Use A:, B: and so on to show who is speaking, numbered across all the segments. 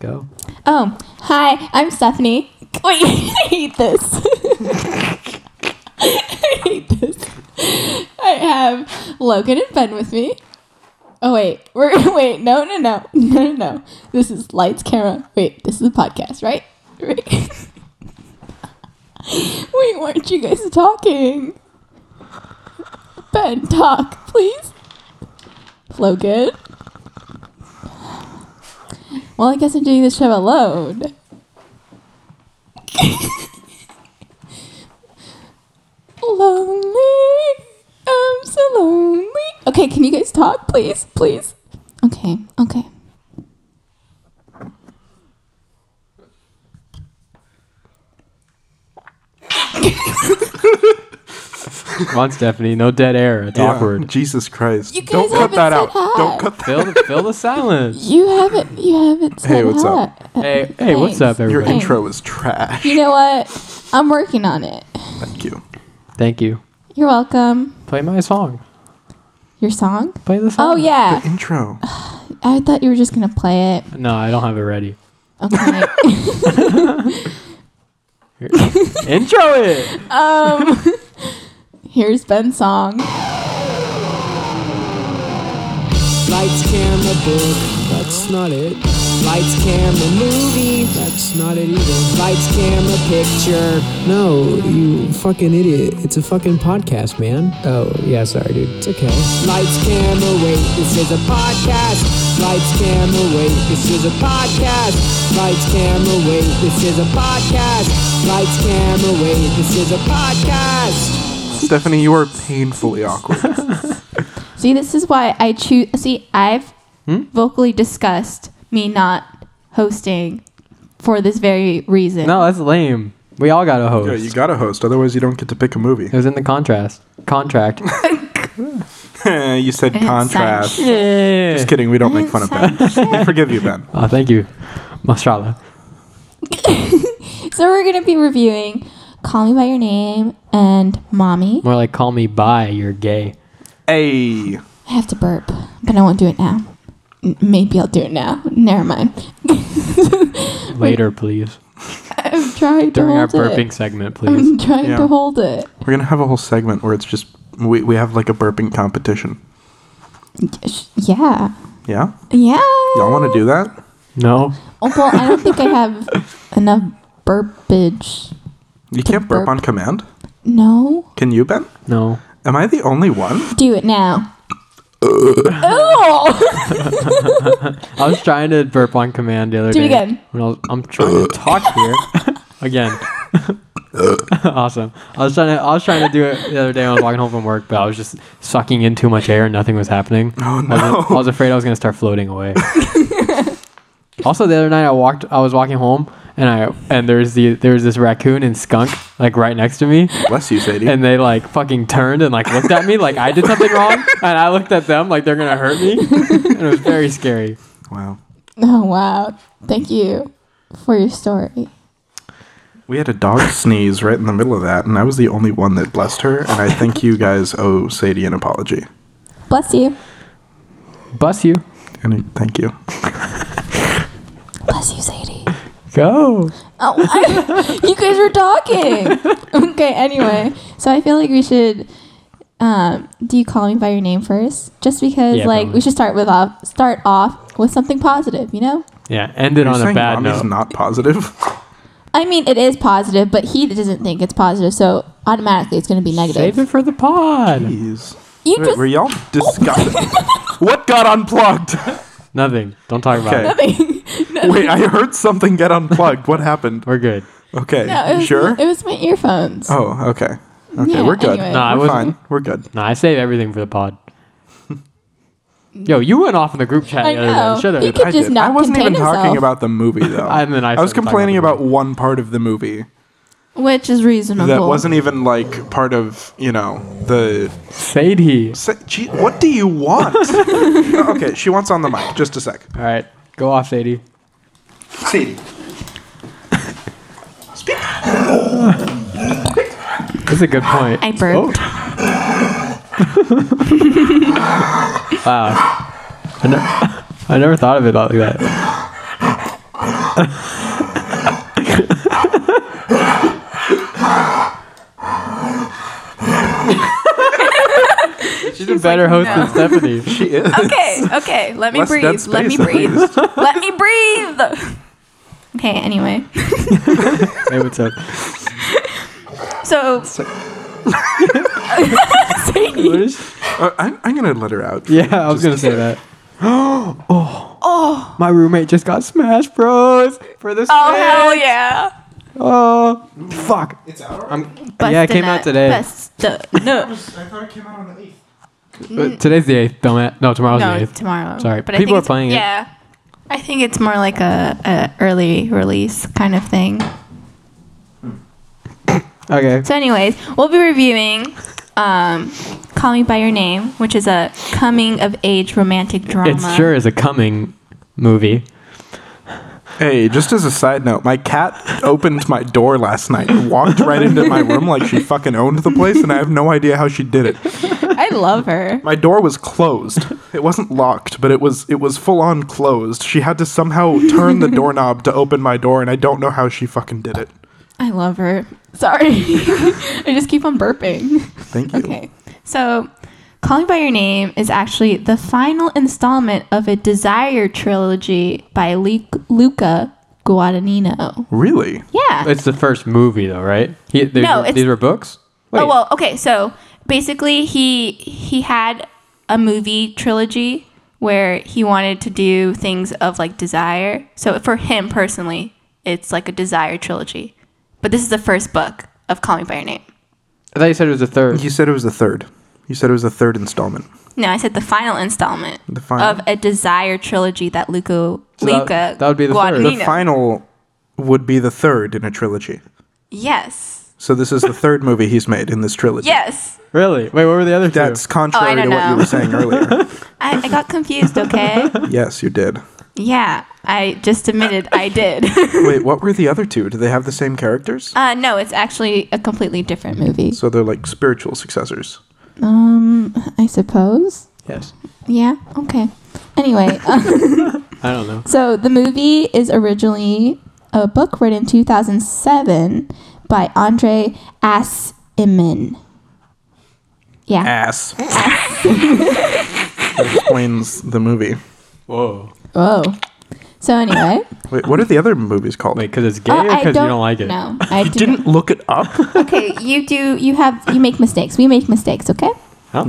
A: Go.
B: Oh, hi, I'm Stephanie. Wait, I hate this. I hate this. I have Logan and Ben with me. Oh wait, we're wait, no, no, no, no, no, no. This is lights, camera. Wait, this is a podcast, right? Right. wait, weren't you guys talking? Ben, talk, please. Logan. Well, I guess I'm doing this show alone. lonely. I'm so lonely. Okay, can you guys talk, please? Please? Okay, okay.
A: Come on, Stephanie. No dead air. It's awkward.
C: Jesus Christ.
B: You guys
C: Don't cut
B: haven't
C: that
B: said
C: out.
B: hi.
C: Don't cut that
A: Fill the, fill the silence.
B: You haven't, you haven't said
C: Hey, what's
B: hi.
C: up?
A: Hey, hey, what's
B: Thanks.
A: up,
C: Your
A: everybody?
C: intro was trash.
B: You know what? I'm working on it.
C: Thank you.
A: Thank you.
B: You're welcome.
A: Play my song.
B: Your song?
A: Play the song.
B: Oh, yeah.
C: The intro.
B: I thought you were just going to play it.
A: No, I don't have it ready.
B: Okay.
A: Here. intro it.
B: um, here's Ben's song.
D: Lights, camera, book, that's not it. Lights, camera, movie, that's not it either. Lights, camera, picture. No, you fucking idiot. It's a fucking podcast, man. Oh, yeah, sorry, dude. It's okay. Lights, camera, wait, this is a podcast. Lights, camera, wait, this is a podcast. Lights, camera, wait, this is a podcast. Lights, camera, wait, this is a podcast.
C: Stephanie, you are painfully awkward.
B: See, this is why I choose. See, I've
A: Hmm?
B: vocally discussed me not hosting for this very reason.
A: No, that's lame. We all got a host.
C: yeah, you gotta host, otherwise you don't get to pick a movie.
A: it was in the contrast. Contract.
C: you said
B: didn't sign
C: contrast.
B: shit.
C: Just kidding, we don't make fun of Ben. We forgive you, Ben.
A: Oh, Uh, thank you, Mashallah.
B: So we're gonna be reviewing "Call Me by Your Name" and "Mommy."
A: More like call me by. You're gay.
C: Hey.
B: I have to burp, but I won't do it now. N- Maybe I'll do it now. Never mind.
A: Later, please.
B: I'm trying
A: During
B: to
A: our
B: hold
A: burping
B: it.
A: segment, please.
B: I'm trying
C: Yeah.
B: to hold it.
C: We're gonna have a whole segment where it's just we, we have like a burping competition.
B: Sh- Yeah.
C: Yeah?
B: Yeah.
C: Y'all wanna do that?
A: No.
B: Oh, well, I don't think I have enough burpage.
C: You
B: To
C: can't burp,
B: burp.
C: on command.
B: No.
C: Can you, Ben?
A: No.
C: Am I the only one?
B: Do it now. oh!
A: I was trying to burp on command the other
B: Do it
A: day.
B: again.
A: When I was, I'm trying to talk here again. awesome. I was trying to I was trying to do it the other day when I was walking home from work, but I was just sucking in too much air and nothing was happening.
C: Oh
A: I was, I
C: no.
A: was afraid I was gonna start floating away. also, the other night I walked I was walking home and I and there's the there's this raccoon and skunk like right next to me
C: Bless you, Sadie.
A: and they like fucking turned and like looked at me like I did something wrong, and I looked at them like they're gonna hurt me. and it was very scary.
C: wow.
B: Oh, wow. Thank you for your story.
C: We had a dog sneeze right in the middle of that, and I was the only one that blessed her, and I think you guys owe Sadie an apology.
B: Bless you.
A: Bus you.
C: And I- thank you.
B: Bless you, Sadie.
A: Go.
B: Oh, I- you guys were talking. okay, anyway. So I feel like we should. Um, do you call me by your name first? Just because,
A: Yeah,
B: like,
A: probably.
B: we should start with off start off with something positive, you know?
A: Yeah, ended
C: You're
A: on a
C: saying
A: bad
C: mommy's
A: note.
C: not positive?
B: I mean, it is positive, but he doesn't think it's positive, so automatically it's going to be negative.
A: Save it for the pod.
C: Jeez.
B: You
C: Wait,
B: just
C: were y'all disgusted? what got unplugged?
A: Nothing. Don't talk about
C: Okay.
A: it.
C: Wait, I heard something get unplugged. What happened?
A: We're good.
C: Okay.
B: No, it
C: you
B: was,
C: sure?
B: It was my earphones.
C: oh, okay. Okay,
B: Yeah,
C: we're good.
B: anyway.
A: No, I
C: we're
A: wasn't.
C: fine. We're good.
A: No, I save everything for the pod. Yo, you went off in the group chat
B: I
A: the other
B: know.
A: day. Should
B: You
A: have.
B: could-
C: I
B: just
C: did.
B: not
C: I wasn't even
B: contain
C: talking
B: himself.
C: about the movie though.
A: And then I
C: was
A: started talking
C: complaining
A: about
C: about
A: the
C: one part of the movie.
B: Which is reasonable.
C: that wasn't even like part of you know the
A: Sadie.
C: Sa- gee, what do you want Oh, okay she wants on the mic just a sec
A: All right, go off, Sadie.
C: sadie
A: That's a good point.
B: I
A: Oh.
B: burped.
A: Wow. I never, I never thought of it like that. She's a better host
B: no.
A: than Stephanie.
C: She is.
B: Okay, okay. Let me
C: Less dead
B: breathe. Let me
C: space, at
B: breathe.
C: least.
B: Let me breathe. Okay, anyway.
A: Hey, what's up?
B: So
A: What is,
C: Uh, I'm, I'm gonna let her out.
A: yeah, I was
C: Just
A: gonna say
C: to-
A: that. Oh, oh, my roommate just got Smash Bros for the
B: Oh
A: Switch.
B: hell yeah.
A: Oh, fuck. It's
C: out
A: yeah, it came out today.
B: no,
C: I thought it came out on the eighth.
A: Uh, today's the 8th, dumbass. No, tomorrow's
B: no,
A: the 8th.
B: tomorrow.
A: Sorry,
B: I
A: people
B: think
A: are
B: it's-
A: playing it.
B: Yeah, I think it's more like a, a early release kind of thing.
A: okay.
B: So, anyways, we'll be reviewing um, "Call Me by Your Name," which is a coming of age romantic drama.
A: It sure is a coming movie.
C: Hey, just as a side note, my cat opened my door last night and walked right into my room like she fucking owned the place, and I have no idea how she did it.
B: I love her.
C: My door was closed. It wasn't locked, but it was it was full on closed. She had to somehow turn the doorknob to open my door, and I don't know how she fucking did it.
B: I love her. Sorry, I just keep on burping.
C: Thank you.
B: Okay. So, Calling by Your Name is actually the final installment of a Desire trilogy by Lu- Luca Guadagnino.
C: Really?
B: Yeah.
A: It's the first movie, though, right? He, these-
B: No, it's-
A: these were books? Wait.
B: Oh well, okay. So basically, he he had a movie trilogy where he wanted to do things of like desire. So for him personally, it's like a desire trilogy. But this is the first book of Call Me by Your Name.
A: I thought you said it was the third.
C: You said it was the third. You said it was the third installment.
B: No, I said the final installment
C: The final-
B: of a desire trilogy that Luca
A: So that-
B: Luca
A: that would be the third.
C: The
A: You
B: Guadagnino-
C: final would be the third in a trilogy.
B: yes,
C: So this is the third movie he's made in this trilogy.
B: yes.
A: Really? Wait, what were the other two?
C: That's contrary to
B: Oh, don't
C: what
B: know.
C: you were saying earlier.
B: I, I got confused. Okay.
C: yes, you did.
B: yeah, I just admitted I did.
C: Wait, what were the other two? Do they have the same characters?
B: uh, no, it's actually a completely different movie.
C: So they're like spiritual successors.
B: Um, I suppose.
A: Yes.
B: Yeah. Okay. Anyway, uh,
A: I don't know.
B: so the movie is originally a book written in 2007 by Andre Asimin. Yeah.
C: Ass. that explains the movie.
A: Whoa.
B: Whoa. So anyway,
C: Wait, what are the other movies called?
A: Wait, because it's gay
B: uh,
A: or because you don't like it?
B: No, I
C: Didn't
B: didn't.
C: look it up.
B: okay, you do. You have. You make mistakes. We make mistakes. Okay.
A: I don't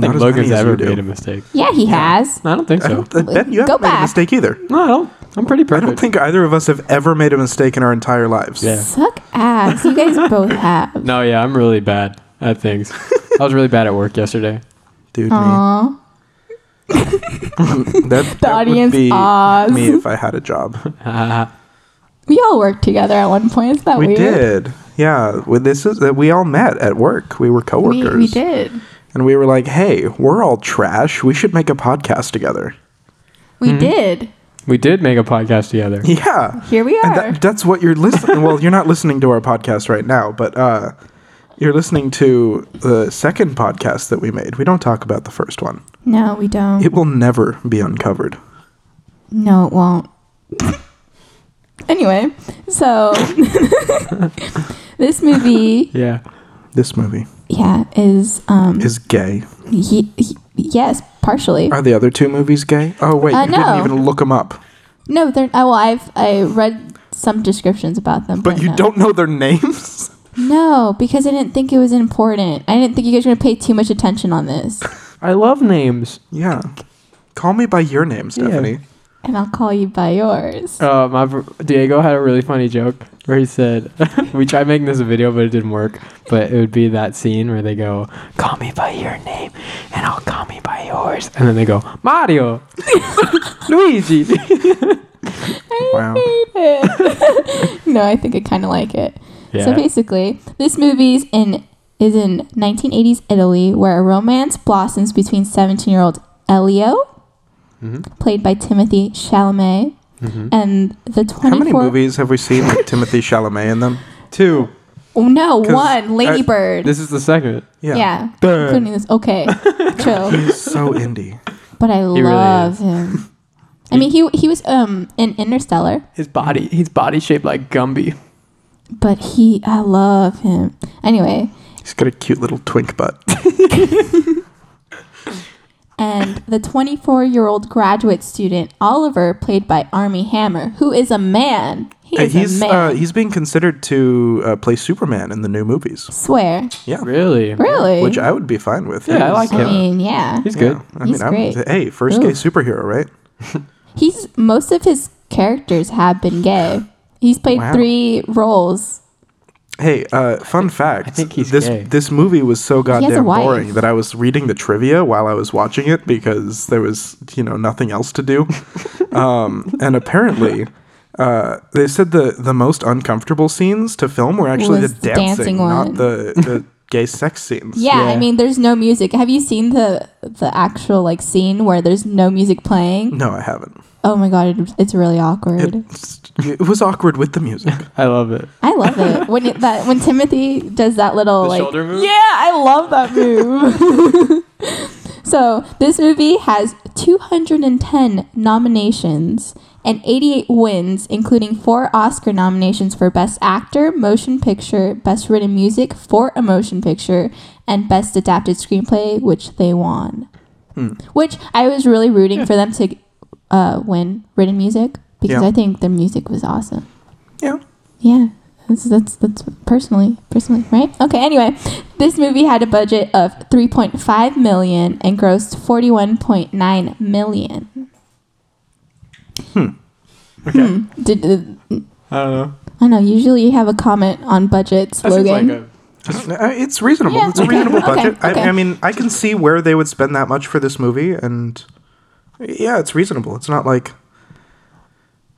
C: Not
A: think
C: as
A: Logan's
C: many as you
A: ever
C: do.
A: made a mistake.
B: Yeah, he has.
A: No, I don't think
C: I
A: so.
C: don't, I bet you
B: Go
C: haven't made
B: back.
C: a mistake either.
A: No, I don't. I'm pretty
C: I
A: perfect.
C: don't think either of us have ever made a mistake in our entire lives.
A: Yeah.
B: Suck ass. You guys both have.
A: No, yeah, I'm really bad at things. I was really bad at work yesterday.
C: Dude,
B: Aw.
C: me. That, the
B: audience
C: would be
B: ahs.
C: me if I had a job.
B: We all worked together at one point. Is that
C: we
B: weird?
C: did. Yeah, well, this is that we all met at work. We were
B: We,
C: coworkers.
B: we did.
C: And we were like, "Hey, we're all trash. We should make a podcast together."
B: We did.
A: We did make a podcast together.
C: Yeah.
B: Here we
C: And
B: are.
C: that, that's what you're listening. well, you're not listening to our podcast right now, but uh, you're listening to the second podcast that we made. We don't talk about the first one.
B: no, we don't.
C: It will never be uncovered.
B: No, it won't. anyway, so this movie,
A: Yeah.
C: This movie
B: yeah, is um,
C: is gay.
B: ye- ye- yes, partially.
C: Are the other two movies gay? Oh wait,
B: Uh,
C: you
B: no.
C: didn't even look them up.
B: No, they're. Oh, well, I've I read some descriptions about them,
C: But you
B: no.
C: don't know their names.
B: No, because I didn't think it was important. I didn't think you guys were gonna pay too much attention on this,
A: I love names.
C: Yeah. Call me by your name, Stephanie.
B: and I'll call you by yours.
A: Uh, my br- Diego had a really funny joke where he said, "We tried making this a video, but it didn't work. But it would be that scene where they go, "Call me by your name, and I'll call me by yours," and then they go, "Mario, Luigi."
C: Oh, Wow.
B: no, I think I kind of like it. So
A: Yeah.
B: basically, this movie's in is in 1980s Italy, where a romance blossoms between 17-year-old Elio,
A: Mm-hmm.
B: played by Timothy Chalamet, and the 24.
C: How many movies have we seen with Timothy Chalamet in them?
A: Two.
B: Oh no,
C: 'Cause
B: one Lady
C: I-
B: Bird.
A: This is the second.
C: Yeah.
B: yeah,
A: Duh.
B: including this. Okay, chill.
C: He's so indie.
B: But I
A: really
B: love him. I mean, he he was um in Interstellar,
A: His body, he's body shaped like Gumby.
B: but he I love him. Anyway,
C: He's got a cute little twink butt.
B: and the 24-year-old graduate student Oliver, played by Army Hammer, who is a man. He
C: Hey,
B: is
C: he's
B: a man.
C: uh, he's being considered to uh, play Superman in the new movies,
B: Swear,
C: Yeah.
A: Really?
B: really?
C: which I would be fine with.
A: Yeah, I like
B: I
A: him.
B: mean, yeah.
A: He's
C: yeah,
A: good.
C: I
B: He's great.
C: hey, first gay
B: Ooh.
C: superhero, right?
B: He's most of his characters have been gay. He's played
C: Wow.
B: three roles.
C: Hey, uh, fun fact.
A: think he's
C: this
A: gay.
C: this movie was so
B: has a
C: goddamn
B: wife.
C: boring that I was reading the trivia while I was watching it because there was you know nothing else to do, um, and apparently. Uh, they said the, the most uncomfortable scenes to film were actually
B: Was
C: the
B: the
C: dancing,
B: dancing
C: not
B: one.
C: the, the gay sex scenes.
B: Yeah, I
A: Yeah.
B: mean, there's no music. Have you seen the the actual like scene where there's no music playing?
C: No, I haven't.
B: Oh my god, it, it's really awkward.
C: Mm. It, it was awkward with the music.
A: I love it.
B: I love it when it, that when Timothy does that little
A: The
B: like
A: shoulder move?
B: yeah, I love that move. so this movie has 210 nominations and 88 wins, including four Oscar nominations for Best Actor, Motion Picture, Best Written Music for a Motion Picture, and Best Adapted Screenplay, which they won. Which I was really rooting for them to uh, win Written Music because
C: Yeah.
B: I think the music was awesome.
C: Yeah.
B: Yeah, that's that's that's personally personally right. Okay. Anyway, this movie had a budget of three point five million and grossed forty one point nine million.
A: Hmm.
B: Hmm.
A: Okay.
B: Did uh,
A: I don't know.
B: I know? Usually you have a comment on budgets,
A: That seems
B: Logan.
A: like a
C: Just- uh, it's reasonable.
B: Yeah,
C: it's a
B: okay,
C: reasonable
B: okay,
C: budget.
B: okay.
C: I, I mean, I can see where they would spend that much for this movie, and yeah, it's reasonable. It's not like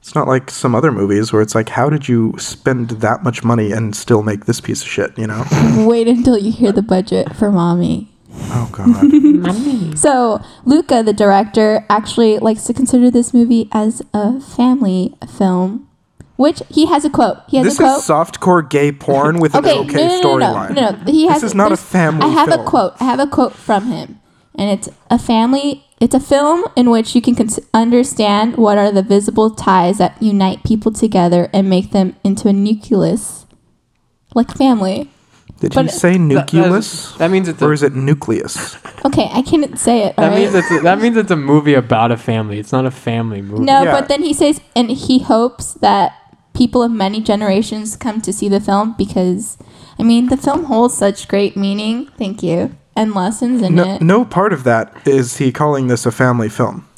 C: it's not like some other movies where it's like, how did you spend that much money and still make this piece of shit? You know?
B: Wait until you hear the budget for mommy.
C: oh god.
B: So Luca, the director, actually likes to consider this movie as a family film, which he has a quote. He has
C: this
B: a quote.
C: is softcore gay porn with
B: okay,
C: an okay
B: no, no, no,
C: storyline.
B: No, no, no. He
C: This
B: has,
C: is not a
B: there's-
C: family
B: I have
C: film.
B: a quote. I have a quote from him, and it's a family. It's a film in which you can cons- understand what are the visible ties that unite people together and make them into a nucleus, like family.
C: Did
B: But-
C: he say
A: That- that
C: nucleus?
A: is- That, means it's
C: or
A: a,
C: is it nucleus?
B: Okay, I can't say it.
A: that
B: alright?
A: means it's a, that means it's a movie about a family. It's not a family movie.
B: no,
C: Yeah.
B: but then he says, and he hopes that people of many generations come to see the film because, I mean, the film holds such great meaning. Thank you and lessons in
C: No,
B: it.
C: no part of that is he calling this a family film.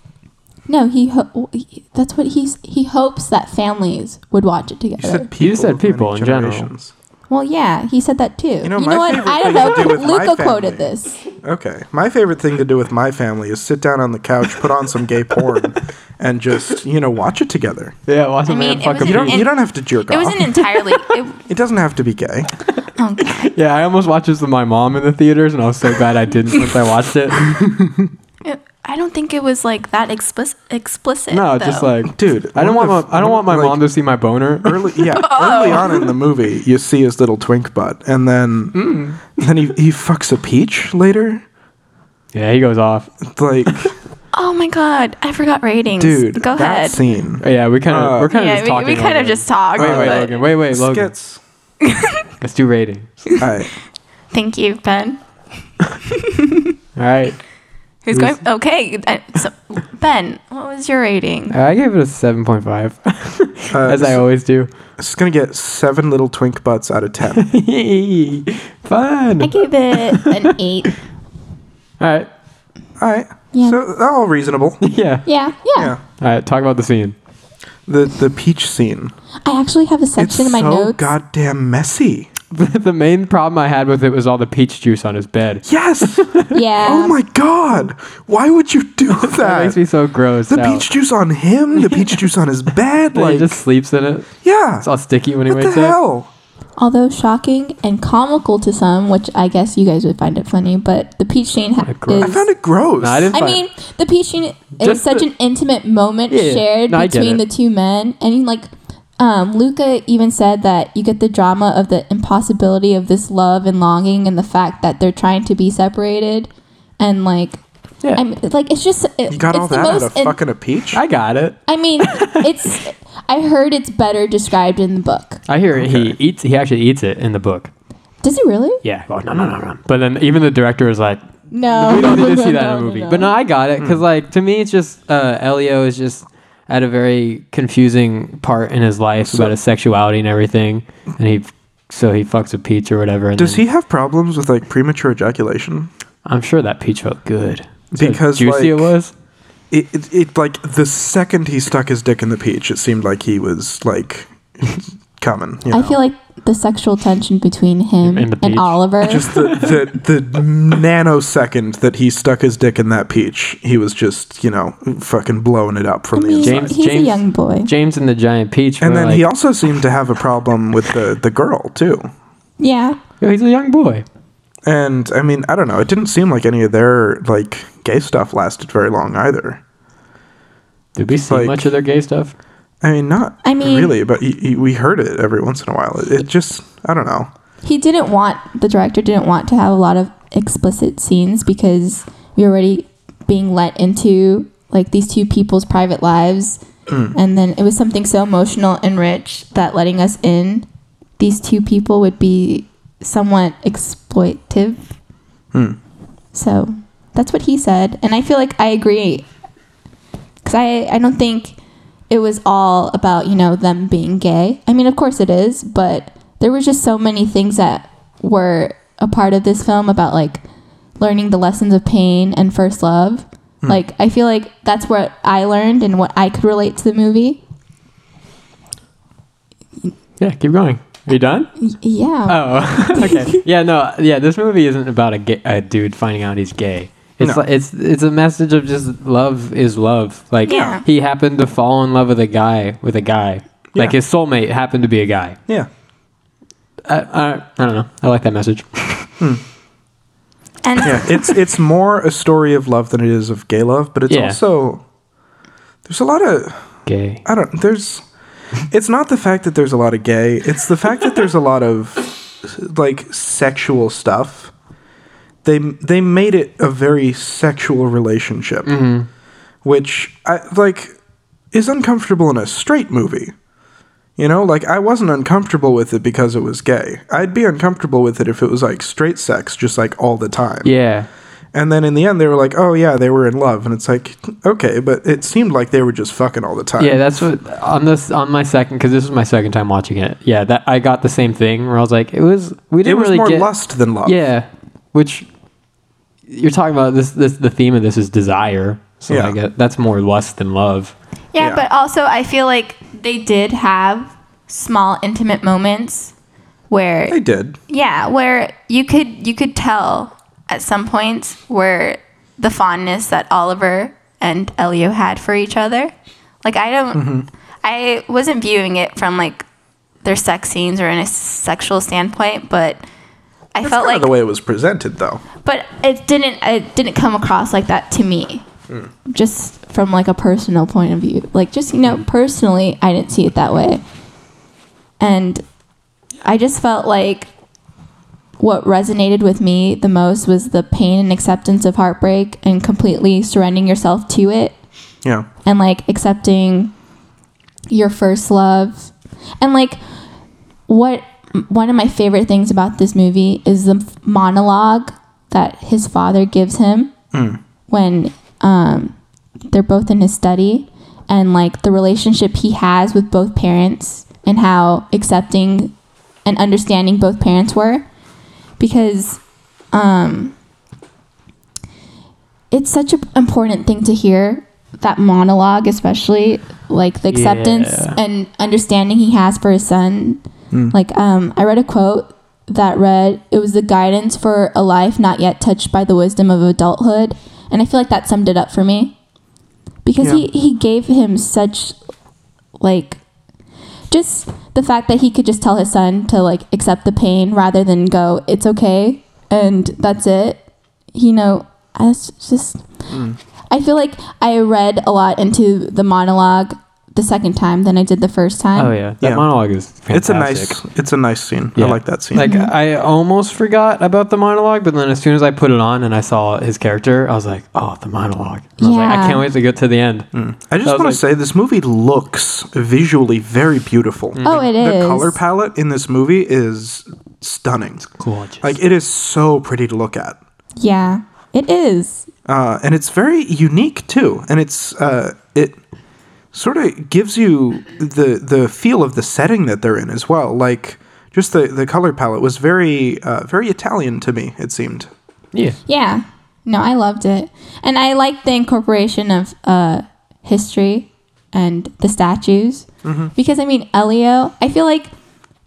B: No, he, ho- he- that's what he's he hopes that families would watch it
C: You
B: together.
C: said people.
A: said
C: of many
A: people in general.
C: generations.
B: well, yeah, he said that too. You
C: know,
B: know,
C: my
B: what?
C: favorite
B: I don't
C: thing to do with
B: know.
C: my
B: Luca quoted
C: family.
B: this.
C: Okay. My favorite thing to do with my family is sit down on the couch, put on some gay porn, and just, you know, watch it together.
A: Yeah, watch a
B: I mean,
A: man
B: it
A: fuck a
B: was
C: You
B: an-
C: don't
A: pig.
B: and-
C: you don't have to jerk
B: It
C: off.
B: wasn't entirely. It,
C: it doesn't have to be gay.
B: oh God.
A: Yeah, I almost watched this with my mom in the theaters, and I was so glad I didn't once I watched it.
B: It- I don't think it was like that explicit. Explicit.
A: No, just
B: though.
A: like
C: Dude,
A: I don't
C: what
A: want
C: the f-
A: my, I don't want my
C: like-
A: mom to see my boner.
C: Early yeah, early on in the
B: Oh.
C: movie you see his little twink butt and then
B: Hmm.
C: then he, he fucks a peach later.
A: Yeah, he goes off.
C: Like
E: Oh my god, I forgot ratings.
C: dude,
E: go
C: that
E: ahead.
C: scene.
A: Oh, yeah, we kind of
C: Uh,
A: we're kind of
E: yeah, we-
A: just
E: we
A: talking.
E: kind of
A: Logan.
E: just talked,
A: Wait, wait,
E: but-
A: Logan. Wait, wait, Logan.
C: Skits.
A: Let's do ratings.
C: Alright.
E: Thank you, Ben.
A: All right,
E: Who's
A: Who's-
E: going? Okay, uh, so, Ben, what was your rating?
A: I gave it a seven point five,
C: Uh,
A: as I
C: this-
A: always do.
C: It's gonna get seven little twink butts out of ten.
B: I
A: Fun. All
B: gave it an eight.
A: right.
C: Alright.
B: Yeah.
C: So all reasonable.
A: Yeah.
B: Yeah, yeah,
C: Yeah.
A: All right. Talk about the scene.
C: The the peach scene.
B: I actually have a section in my
C: so
B: notes.
C: goddamn messy.
A: the main problem I had with it was all the peach juice on his bed.
C: Yes.
B: Yeah.
C: oh my god. Why would you do
A: That
C: that?
A: makes me so gross.
C: the peach juice on him. The peach juice on his bed.
A: Like,
C: Like
A: he just sleeps in it.
C: yeah.
A: It's all sticky when he
C: what the
A: wakes up.
C: hell?
B: Although shocking and comical to some, which I guess you guys would find it funny, but the peach scene ha-
A: gross.
B: is.
C: I found it gross.
A: No, I didn't
B: I
A: find-
B: mean, the peach scene it was
A: Just
B: such
A: the-
B: an intimate moment
A: Yeah,
B: shared
A: no, I get
B: between the
A: it.
B: two men, and like, um, Luca even said that you get the drama of the impossibility of this love and longing, and the fact that they're trying to be separated, and like,
A: Yeah.
B: I'm like it's just it,
C: You got
B: it's
C: all
B: the
C: that out
B: most
C: of
B: in-
C: fucking a peach?
A: I got it.
B: I mean, it's I heard it's better described in the book.
A: I hear he eats. He actually eats it in the book.
B: Does he really?
A: Yeah. Oh no no no no. But then even the director was like,
B: No.
A: we don't need to see that in a movie. Hmm. But no, I got it because like to me, it's just uh, Elio is just at a very confusing part in his life about his sexuality and everything, and he so he fucks with Peach or whatever. And
C: Does
A: then-
C: he have problems with like premature ejaculation?
A: I'm sure that Peach felt good. See how
C: Because,
A: juicy it
C: like-
A: was.
C: It, it, it like the second he stuck his dick in the peach, it seemed like he was like coming. You know?
B: I feel like the sexual tension between him
A: And the
B: and
A: peach.
B: Oliver.
C: just the, the the nanosecond that he stuck his dick in that peach, he was just you know fucking blowing it up from
B: I
C: the
B: mean,
C: inside.
A: James-
B: he's
A: James-
B: a young boy.
A: James and the Giant Peach.
C: And
A: were
C: then
A: like,
C: he also seemed to have a problem with the the girl too.
B: Yeah.
A: Yo, he's a young boy.
C: And I mean, I don't know. It didn't seem like any of their like gay stuff lasted very long either.
A: Did we see
C: like-
A: much of their gay stuff?
C: I mean, not
B: I mean-
C: really, but y y we heard it every once in a while. It, it just, I don't know.
B: He didn't want the director didn't want to have a lot of explicit scenes because you're already being let into like these two people's private lives. And then it was something so emotional and rich that letting us in these two people would be somewhat exploitive. So that's what he said. And I feel like I agree. Because I, I don't think it was all about, you know, them being gay. I mean, of course it is, but there were just so many things that were a part of this film about like learning the lessons of pain and first love. Like, I feel like that's what I learned and what I could relate to the movie.
A: Yeah, keep going. Are you done?
B: Y- Yeah.
A: Oh, okay. Yeah, no, yeah. This movie isn't about a, gay, a dude finding out he's gay. It's
C: No.
A: like, it's it's a message of just love is love. Like
F: Yeah.
A: he happened to fall in love with a guy with a guy. Like
C: Yeah.
A: his soulmate happened to be a guy.
C: Yeah.
A: I, I, I don't know. I like that message.
F: And
C: Yeah. It's, it's more a story of love than it is of gay love, but it's
A: Yeah.
C: also, there's a lot of,
A: Gay.
C: I don't, there's, it's not the fact that there's a lot of gay, it's the fact that there's a lot of like sexual stuff. They, they made it a very sexual relationship,
A: Mm-hmm.
C: which I like is uncomfortable in a straight movie. You know, like I wasn't uncomfortable with it because it was gay. I'd be uncomfortable with it if it was like straight sex, just like all the time.
A: Yeah.
C: And then in the end, they were like, "Oh yeah, they were in love," and it's like, okay, but it seemed like they were just fucking all the time.
A: Yeah, that's what on this on my second because this was my second time watching it. Yeah, that I got the same thing where I was like, it was we
C: it
A: didn't
C: was
A: really
C: more
A: get
C: lust than love.
A: yeah, which you're talking about this this the theme of this is desire. So
C: Yeah.
A: I guess that's more lust than love.
F: Yeah,
C: Yeah.
F: but also I feel like they did have small intimate moments where
C: they did.
F: yeah, where you could you could tell at some points where the fondness that Oliver and Elio had for each other. Like I don't
C: Mm-hmm.
F: I wasn't viewing it from like their sex scenes or in a sexual standpoint, but I
C: That's
F: felt
C: kinda
F: like
C: the way it was presented, though.
F: but
B: It didn't it didn't come across like that to me. Just from like a personal point of view. Like just, you know, personally, I didn't see it that way. And I just felt like what resonated with me the most was the pain and acceptance of heartbreak and completely surrendering yourself to it
C: Yeah.
B: and like accepting your first love and like what one of my favorite things about this movie is the f- monologue that his father gives him when um, they're both in his study and like the relationship he has with both parents and how accepting and understanding both parents were because um, it's such an important thing to hear that monologue especially like the acceptance
A: Yeah.
B: and understanding he has for his son like um, i read a quote that read it was the guidance for a life not yet touched by the wisdom of adulthood and i feel like that summed it up for me because he, he gave him such like just the fact that he could just tell his son to like accept the pain rather than go it's okay and that's it you know
C: Hmm.
B: that's just i feel like i read a lot into the monologue
G: the second time than I did the first time.
A: Oh yeah, that
C: Yeah.
A: monologue is fantastic.
C: It's a nice it's a nice scene.
A: Yeah.
C: I like that scene.
A: Like I almost forgot about the monologue, but then as soon as I put it on and I saw his character, I was like, "Oh, the monologue!" And I was like,
G: Yeah.
A: "I can't wait to get to the end."
C: I
A: I
C: just
A: was
C: want
A: like-
C: to say this movie looks visually very beautiful.
G: Oh, it
C: the
G: is.
C: color palette in this movie is stunning.
A: Gorgeous.
C: Like it is so pretty to look at.
G: Yeah, it is.
C: uh, and it's very unique too. And it's uh, it sort of gives you the the feel of the setting that they're in as well. Like just the the color palette was very uh, very Italian to me. It seemed.
A: yeah,
G: Yeah. No, I loved it, and I liked the incorporation of uh, history and the statues because I mean Elio. I feel like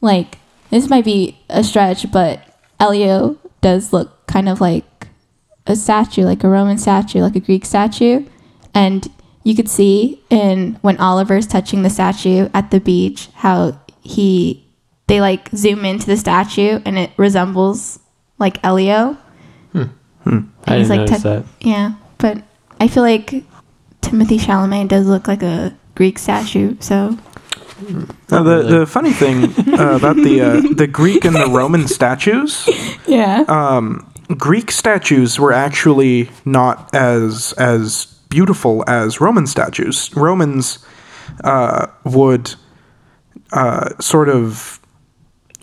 G: like this might be a stretch, but Elio does look kind of like a statue, like a Roman statue, like a Greek statue, and you could see in when Oliver's touching the statue at the beach how he they like zoom into the statue and it resembles like Elio.
A: I
G: He's
A: didn't
G: like
A: notice
G: tech-
A: that.
G: Yeah, but I feel like Timothy Chalamet does look like a Greek statue. So
C: Now, the, the funny thing uh, about the uh, the Greek and the Roman statues,
G: yeah,
C: Greek statues were actually not as as beautiful as Roman statues. Romans uh, would uh, sort of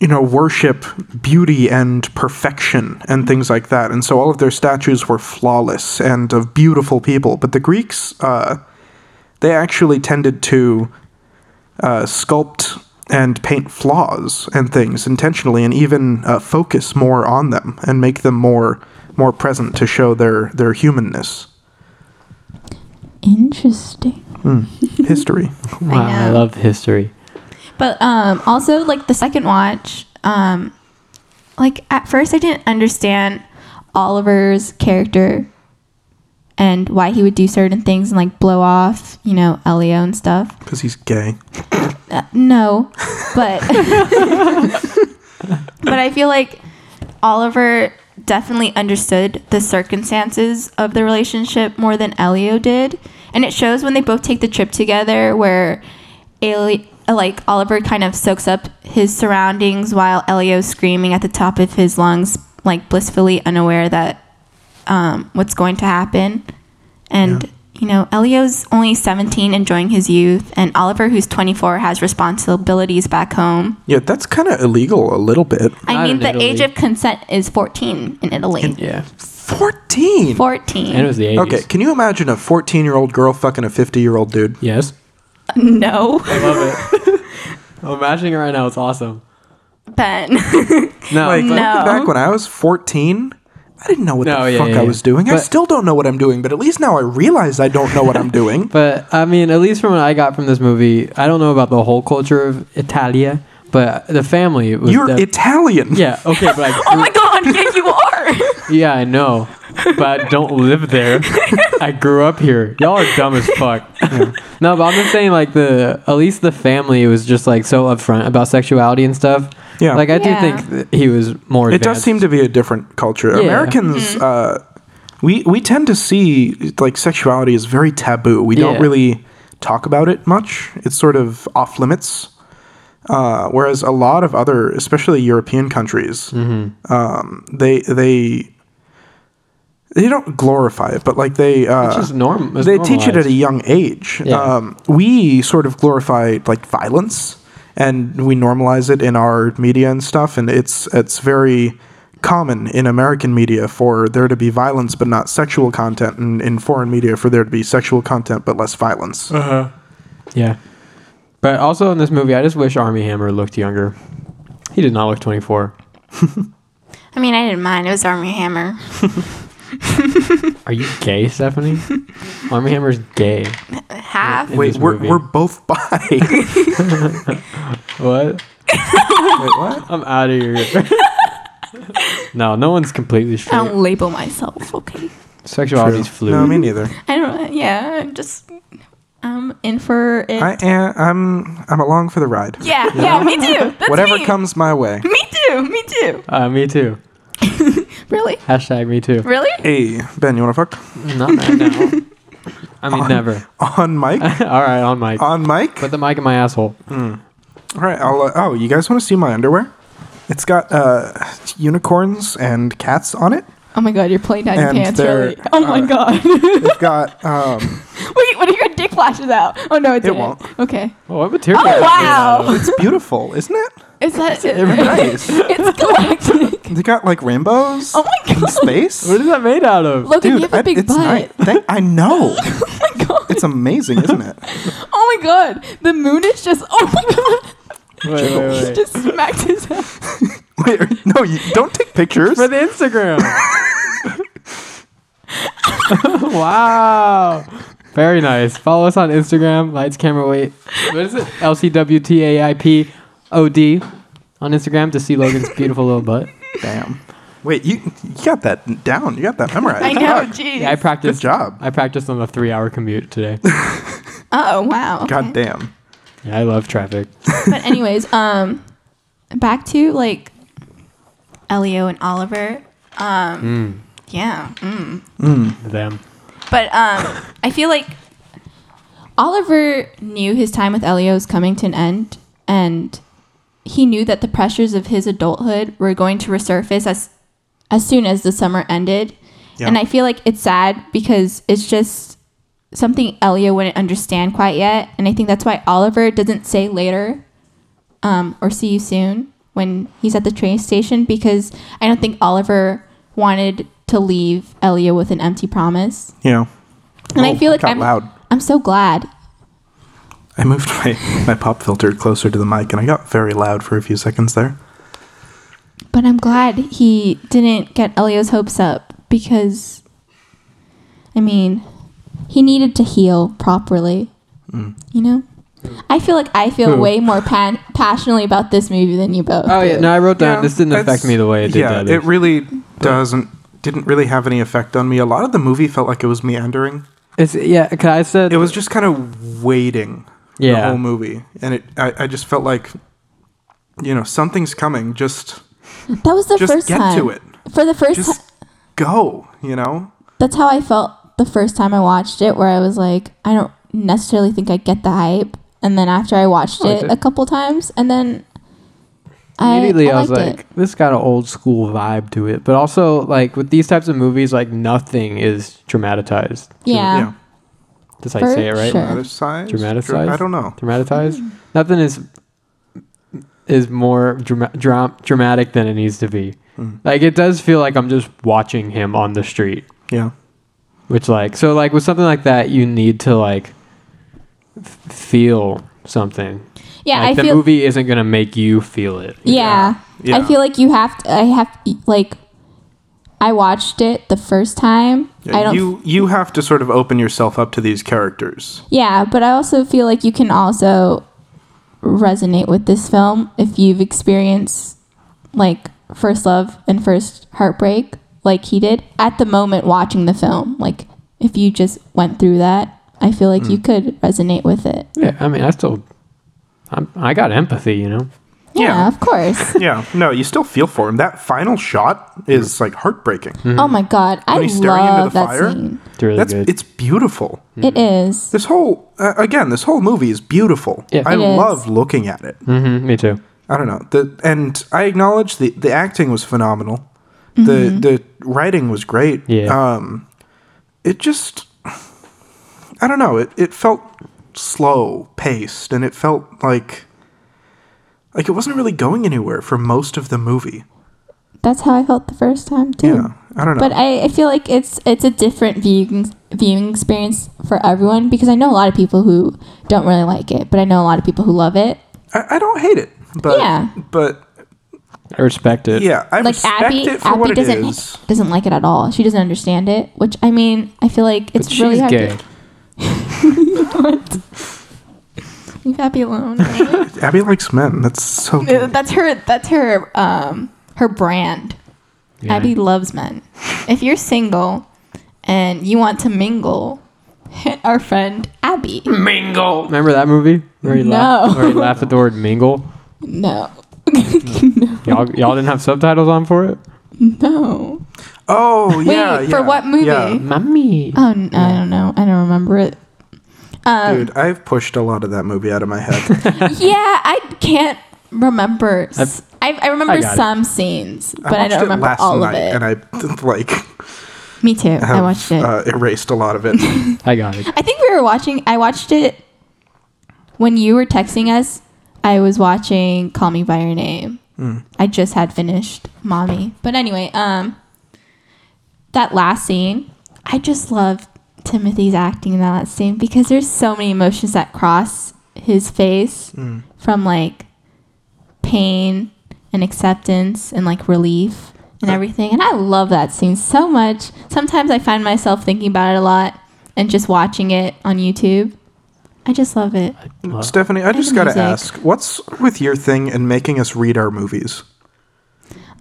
C: you know worship beauty and perfection and things like that, and so all of their statues were flawless and of beautiful people. But the Greeks, uh, they actually tended to uh, sculpt and paint flaws and things intentionally, and even uh, focus more on them and make them more more present to show their their humanness.
G: interesting.
C: History.
A: Wow, I,
B: know.
A: love history.
G: But
B: Um, also, like the second watch, um,
G: like at first, I didn't understand Oliver's character and why he would do certain things and like blow off, you know, Elio and stuff.
C: Because he's gay.
G: Uh, no, but
B: but I feel like Oliver definitely understood the circumstances of the relationship more than Elio did, and it shows when they both take the trip together, where Eli- like Oliver kind of soaks up his surroundings while Elio's screaming at the top of his lungs, like blissfully unaware that um, what's going to happen. And you know, Elio's only 17, enjoying his youth, and Oliver, who's 24, has responsibilities back home.
C: Yeah, that's kind of illegal a little bit.
B: I
A: Not
B: mean,
A: in
B: the
A: Italy.
B: age of consent is 14 in Italy.
A: Yeah,
C: Fourteen.
B: 14.
A: and it was the 80s.
C: Okay, can you imagine a fourteen-year-old girl fucking a fifty-year-old dude?
A: Yes,
B: no,
A: I love it. I'm imagining it right now. It's awesome.
B: Ben. oh
A: No,
C: Like looking
A: but-
B: No.
C: back when I was fourteen, I didn't know what
A: No,
C: the
A: yeah,
C: fuck
A: yeah,
C: I
A: yeah.
C: was doing. I
A: But-
C: still don't know what I'm doing, but at least now I realize I don't know what I'm doing.
A: But I mean, at least from what I got from this movie, I don't know about the whole culture of Italia, but the family was.
C: You're
A: def-
C: Italian.
A: yeah, okay, but I
B: oh my god, yeah, you are.
A: Yeah, I know, but I don't live there. I grew up here. Y'all are dumb as fuck. No, but I'm just saying, like the at least the family was just like so upfront about sexuality and stuff.
C: Yeah.
A: like I
G: Yeah.
A: do think that he was more.
C: It does
A: advanced.
C: seem to be a different culture. Americans, uh, we we tend to see like sexuality is very taboo. We don't
A: Yeah.
C: really talk about it much. It's sort of off limits. Uh, whereas a lot of other, especially European countries,
A: Mm-hmm.
C: um, they they they don't glorify it, but like they uh,
A: It's just norm. it's
C: they teach it at a
A: normalized.
C: young age.
A: Yeah.
C: Um, we sort of glorify like violence, and we normalize it in our media and stuff. And it's it's very common in American media for there to be violence but not sexual content, and in foreign media for there to be sexual content but less violence.
A: yeah. But also in this movie, I just wish Army Hammer looked younger. He did not look 24.
B: I mean, I didn't mind. It was Army Hammer.
A: Are you gay, Stephanie? Army Hammer's gay.
B: Half.
A: in
C: Wait,
A: this
C: we're
A: movie.
C: we're both bi.
A: What?
C: what?
A: I'm out of here. no, no one's completely
B: I
A: straight.
B: don't label myself, okay?
A: Sexuality's fluid.
C: No, me neither.
B: I don't, yeah, I'm just, I'm in for it.
C: I am. I'm I'm along for the ride.
B: yeah, yeah, me too. That's
C: Whatever
B: me.
C: comes my way.
B: Me too, me too.
A: Uh, me too.
B: Really?
A: Hashtag me too.
B: Really?
C: Hey, Ben, you want to fuck?
A: Not right now. I mean, never.
C: on mic.
A: All right, on mic.
C: on mic.
A: Put the mic in my asshole.
C: All right. I'll, uh, oh, you guys want to see my underwear? It's got uh, unicorns and cats on it.
G: Oh my god, you're playing down your
C: And
G: pants,
C: they're-
G: really. Oh my
C: uh,
G: god.
C: It's got um,
G: Wait, what if your dick flashes out? Oh no, it didn't.
C: won't.
G: Okay.
A: Oh, I'm a tear.
G: Oh wow.
C: it's beautiful, isn't it?
G: Is that
C: Nice.
G: It's galactic.
C: They got like rainbows
G: Oh my
C: in
G: god.
C: space.
A: What is that made out of?
G: Logan, you have a
C: I-
G: big
C: it's
G: butt.
C: nice. Thank- I know.
G: Oh my god.
C: It's amazing, isn't it?
G: Oh my god. The moon is just oh my
A: Wait, wait,
G: god.
A: wait.
G: just smacked his head.
C: Wait, no, you don't take pictures.
A: For the Instagram. wow. Very nice. Follow us on Instagram, lights, camera, wait. What is it? LCWTAIPOD on Instagram to see Logan's beautiful little butt.
C: Damn. Wait, you you got that down. You got that memorized.
B: I know,
C: Fuck.
B: jeez.
A: Yeah, I practiced.
C: job.
A: I practiced on the three-hour commute today.
B: oh, wow. okay.
C: God damn.
A: yeah, I love traffic.
B: But anyways, um, back to like Elio and Oliver. Um,
C: Hmm.
B: yeah. Mm.
A: Them.
B: But um, I feel like Oliver knew his time with Elio was coming to an end, and he knew that the pressures of his adulthood were going to resurface as as soon as the summer ended.
C: Yeah.
B: And I feel like it's sad because it's just something Elio wouldn't understand quite yet, and I think that's why Oliver doesn't say later um, or see you soon when he's at the train station because I don't think Oliver wanted to leave Elio with an empty promise.
C: Yeah.
B: And I
C: Oh,
B: feel
C: it
B: like
C: got
B: I'm
C: loud.
B: I'm so glad.
C: I moved my, my pop filter closer to the mic and I got very loud for a few seconds there.
B: But I'm glad he didn't get Elio's hopes up because I mean, he needed to heal properly. You know? I feel like I feel
A: Mm. Who?
B: way more pan- passionately about this movie than you both.
A: Oh
B: do.
A: yeah, no, I wrote down.
C: Yeah,
A: this didn't affect
C: that's-
A: me the way it did
C: Yeah,
A: the
C: it
A: others.
C: really doesn't didn't really have any effect on me. A lot of the movie felt like it was meandering.
A: it's yeah. Cause I said
C: It was just kind of waiting the
A: Yeah.
C: whole movie. And it I, I just felt like you know, something's coming. Just
B: That was the
C: Just
B: first
C: get
B: time.
C: to it.
B: For the first time.
C: just go, you know?
B: that's how I felt the first time I watched it, where I was like, I don't necessarily think I get the hype. And then after I watched
A: I liked
B: it
A: Oh,
B: a
A: it.
B: couple times, and then I
A: immediately I, was
B: liked
A: like, this got an old school vibe to it. But also, like with these types of movies, like nothing is dramatized.
B: yeah.
C: yeah.
A: Does I
B: For
A: say it right?
B: sure. Mm.
C: Dramatized?
A: Dramatized?
C: I don't know.
A: Dramatized. Nothing is is more drama- dra- dramatic than it needs to be.
C: Mm.
A: Like it does feel like I'm just watching him on the street,
C: Yeah.
A: which like so like with something like that, you need to like f- feel something.
B: Yeah,
A: like
B: I
A: the
B: feel.
A: movie isn't gonna make you feel it.
B: yeah.
C: Yeah.
B: I feel like you have to. I have like. I watched it the first time. I don't.
C: you you have to sort of open yourself up to these characters.
B: yeah, but I also feel like you can also resonate with this film if you've experienced like first love and first heartbreak like he did at the moment watching the film like if you just went through that i feel like you
C: Mm.
B: could resonate with it
A: Yeah, I mean, I still, I'm, I got empathy, you know.
B: yeah,
C: Yeah.
B: of course
C: Yeah, no, you still feel for him. That final shot
A: Mm-hmm.
C: is like heartbreaking.
B: oh my god i
C: Mm-hmm. When he's staring into
B: love
C: the
B: that
C: fire? Mm-hmm.
B: scene
A: It's really
C: That's
A: good.
C: it's beautiful.
B: it is
C: This whole uh, again, this whole movie is beautiful.
A: Yeah.
C: I
B: It is.
C: love looking at it.
A: hmm me too.
C: I don't know the and I acknowledge the the acting was phenomenal.
B: Mm-hmm.
C: The the writing was great.
A: Yeah.
C: Um, it just I don't know. It it felt slow paced and it felt like like it wasn't really going anywhere for most of the movie.
B: that's how i felt the first time too
C: Yeah, I don't know.
B: But I, I feel like it's it's a different viewing viewing experience for everyone because I know a lot of people who don't really like it, but I know a lot of people who love it.
C: I, I don't hate it, but
B: Yeah.
C: but
A: I respect it.
C: yeah, I
B: Like
C: respect
B: Abby,
C: it for
B: Abby
C: what it
B: doesn't
C: is.
B: doesn't like it at all. She doesn't understand it, which I mean, I feel like
A: but
B: it's
A: she's
B: really hard
A: gay.
B: to leave Abby alone.
C: Abby likes men. That's so. good.
B: that's her. That's her. Um, her brand.
A: Yeah.
B: Abby loves men. If you're single and you want to mingle, hit our friend Abby.
A: Remember that movie where he laughed,
B: No.
A: where he laughed at the word mingle?
B: No,
A: Y'all, y'all didn't have subtitles on for it.
B: no.
C: Oh yeah.
B: Wait, for
C: yeah,
B: what movie?
C: yeah.
A: Mummy.
B: Oh, n- I don't know. I don't remember it. Um,
C: Dude, I've pushed a lot of that movie out of my head.
B: yeah, I can't remember. s- I, I remember
A: I got it.
B: some scenes, but
C: I
B: I,
C: watched
B: don't
C: it
B: remember
C: last
B: all
C: night,
B: of it.
C: and I like
B: Me too. I
C: have,
B: watched it.
C: Uh, erased a lot of it.
A: I got it.
B: I think we were watching. I watched it when you were texting us. I was watching Call Me by Your Name. I just had finished Mommy, but anyway, um, that last scene, I just love Timothy's acting in that last scene because there's so many emotions that cross his face from like pain and acceptance and like relief and everything. And I love that scene so much. Sometimes I find myself thinking about it a lot and just watching it on YouTube. I just love it.
C: Stephanie, I just
B: the
C: gotta
B: music.
C: ask, what's with your thing and making us read our movies?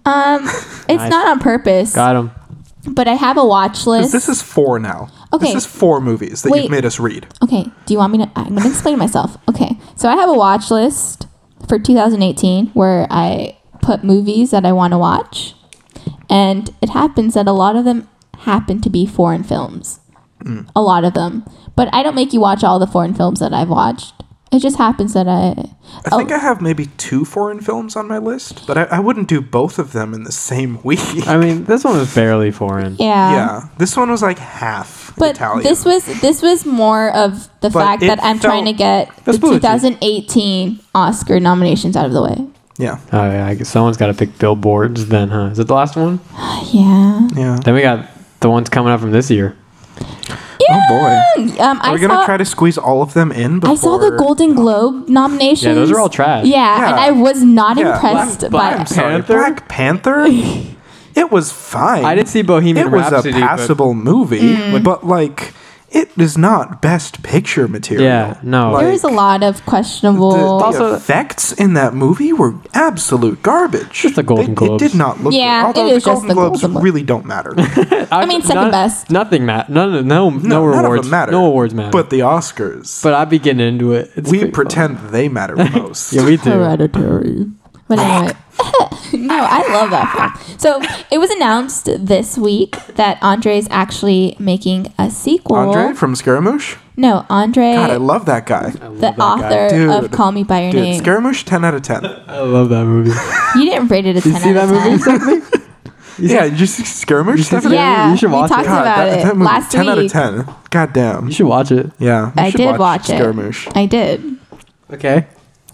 B: Um, it's
A: Nice.
B: not on purpose,
A: Got him.
B: but I have a watch
C: 'Cause
B: list.
C: This is four now.
B: Okay.
C: This is four movies that
B: Wait.
C: you've made us read.
B: Okay, do you want me to? I'm gonna explain myself. Okay, so I have a watch list for 2018 where I put movies that I want to watch, and it happens that a lot of them happen to be foreign films.
C: Mm.
B: A lot of them, but I don't make you watch all the foreign films that I've watched. It just happens that I. oh,
C: I think I have maybe two foreign films on my list, but I, I wouldn't do both of them in the same week.
A: I mean, this one was barely foreign.
B: Yeah.
C: yeah, this one was like half
B: But
C: Italian.
B: this was this was more of the
C: But
B: fact
C: it
B: that I'm trying to
C: felt-
B: get the
A: That's bullshit.
B: 2018 Oscar nominations out of the way.
C: yeah,
A: Oh yeah, I guess someone's got to pick billboards then, huh? Is it the last one?
B: Yeah.
C: yeah.
A: Then we got the ones coming up from this year.
C: Oh boy,
B: Um,
C: are
B: I
C: we gonna
B: saw-
C: try to squeeze all of them in? Before
B: I saw the Golden Globe nominations.
A: Yeah, those are all trash.
B: Yeah,
C: Yeah.
B: and I was not
C: Yeah.
B: impressed
A: Black-
B: by
A: Black Panther.
B: it.
C: Sorry,
A: Panther?
C: Black Panther. it was fine.
A: I didn't see Bohemian
C: It was
A: Rhapsody.
C: a
A: but-
C: passable movie,
B: Mm.
C: but like, it is not best picture material.
A: Yeah, no.
B: There was a lot of
C: The,
B: questionable.
C: the
A: Also-
C: effects in the movie were absolute garbage.
A: Just the Golden
C: It-
A: Globes.
C: It did not look.
B: Yeah,
C: good. although
B: it is
C: the
B: just
C: Golden
B: the
C: Globes
B: Golden Globe.
C: really don't matter.
A: I
B: mean, second
A: none-
B: best.
A: Nothing matter. No, no, no, no
C: none of
A: awards
C: them matter.
A: No awards matter.
C: But
A: But
C: the Oscars.
A: but I'd be getting into it. It's
C: we
A: pretty
C: pretend they matter most.
A: Fun. Yeah, we do.
B: Hereditary. But anyway. no, I love that film. So it was announced this week that Andre is actually making a sequel.
C: Andre from Scaramouche.
B: No, Andre,
C: God, I love that guy.
B: the
A: love that guy.
B: author of
C: Dude.
B: Call Me by Your
C: Dude,
B: Name.
C: Scaramouche, ten out of ten.
A: I love that movie.
B: you didn't rate it a
A: you
B: 10
A: see
B: out
A: that
B: of
A: movie,
B: 10.
A: Stephanie? You see-
C: Yeah, did you see Scaramouche?
A: You should-
C: Stephanie?
B: Yeah,
A: You should
B: we
A: watch it.
B: talked
C: God,
B: about
C: that,
B: it
C: that movie,
B: last
C: ten
B: week.
C: out of ten. God damn.
A: You should watch it.
C: Yeah, you
B: I
C: should
B: did watch it.
C: Scaramouche.
B: I did.
A: Okay.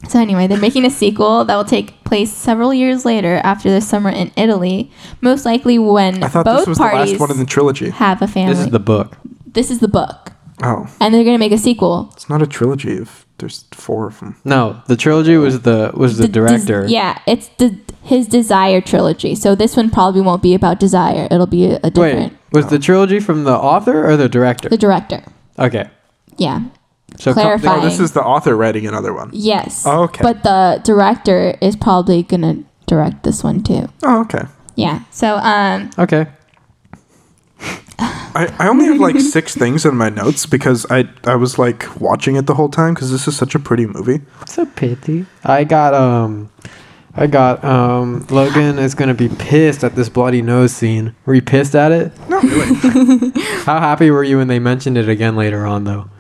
B: So anyway, they're making a sequel that will take place several years later after the summer in Italy, most likely when
C: I thought
B: both
C: this was the
B: parties
C: last one in the trilogy.
B: have a family.
A: This is the book.
B: book,
C: Oh,
B: and they're gonna make a sequel.
C: it's not a trilogy if there's four of them.
A: No, the trilogy was the was the
B: The des-
A: director.
B: yeah, it's the his Desire trilogy. So this one probably won't be about Desire. It'll be a, different
A: Wait, was the trilogy from the author or the director?
B: the director.
A: Okay.
B: Yeah.
A: So
B: Clarify.
C: Oh, this is the author writing another one.
B: Yes.
C: Oh, okay.
B: But the director is probably gonna direct this one too.
C: Oh, okay.
B: Yeah. So um
A: okay.
C: I, I only have like six things in my notes because I I was like watching it the whole time because this is such a pretty movie.
A: So pity. I got um, I got um. Logan is gonna be pissed at this bloody nose scene. Were you pissed at it? No. How happy were you when they mentioned it again later on, though?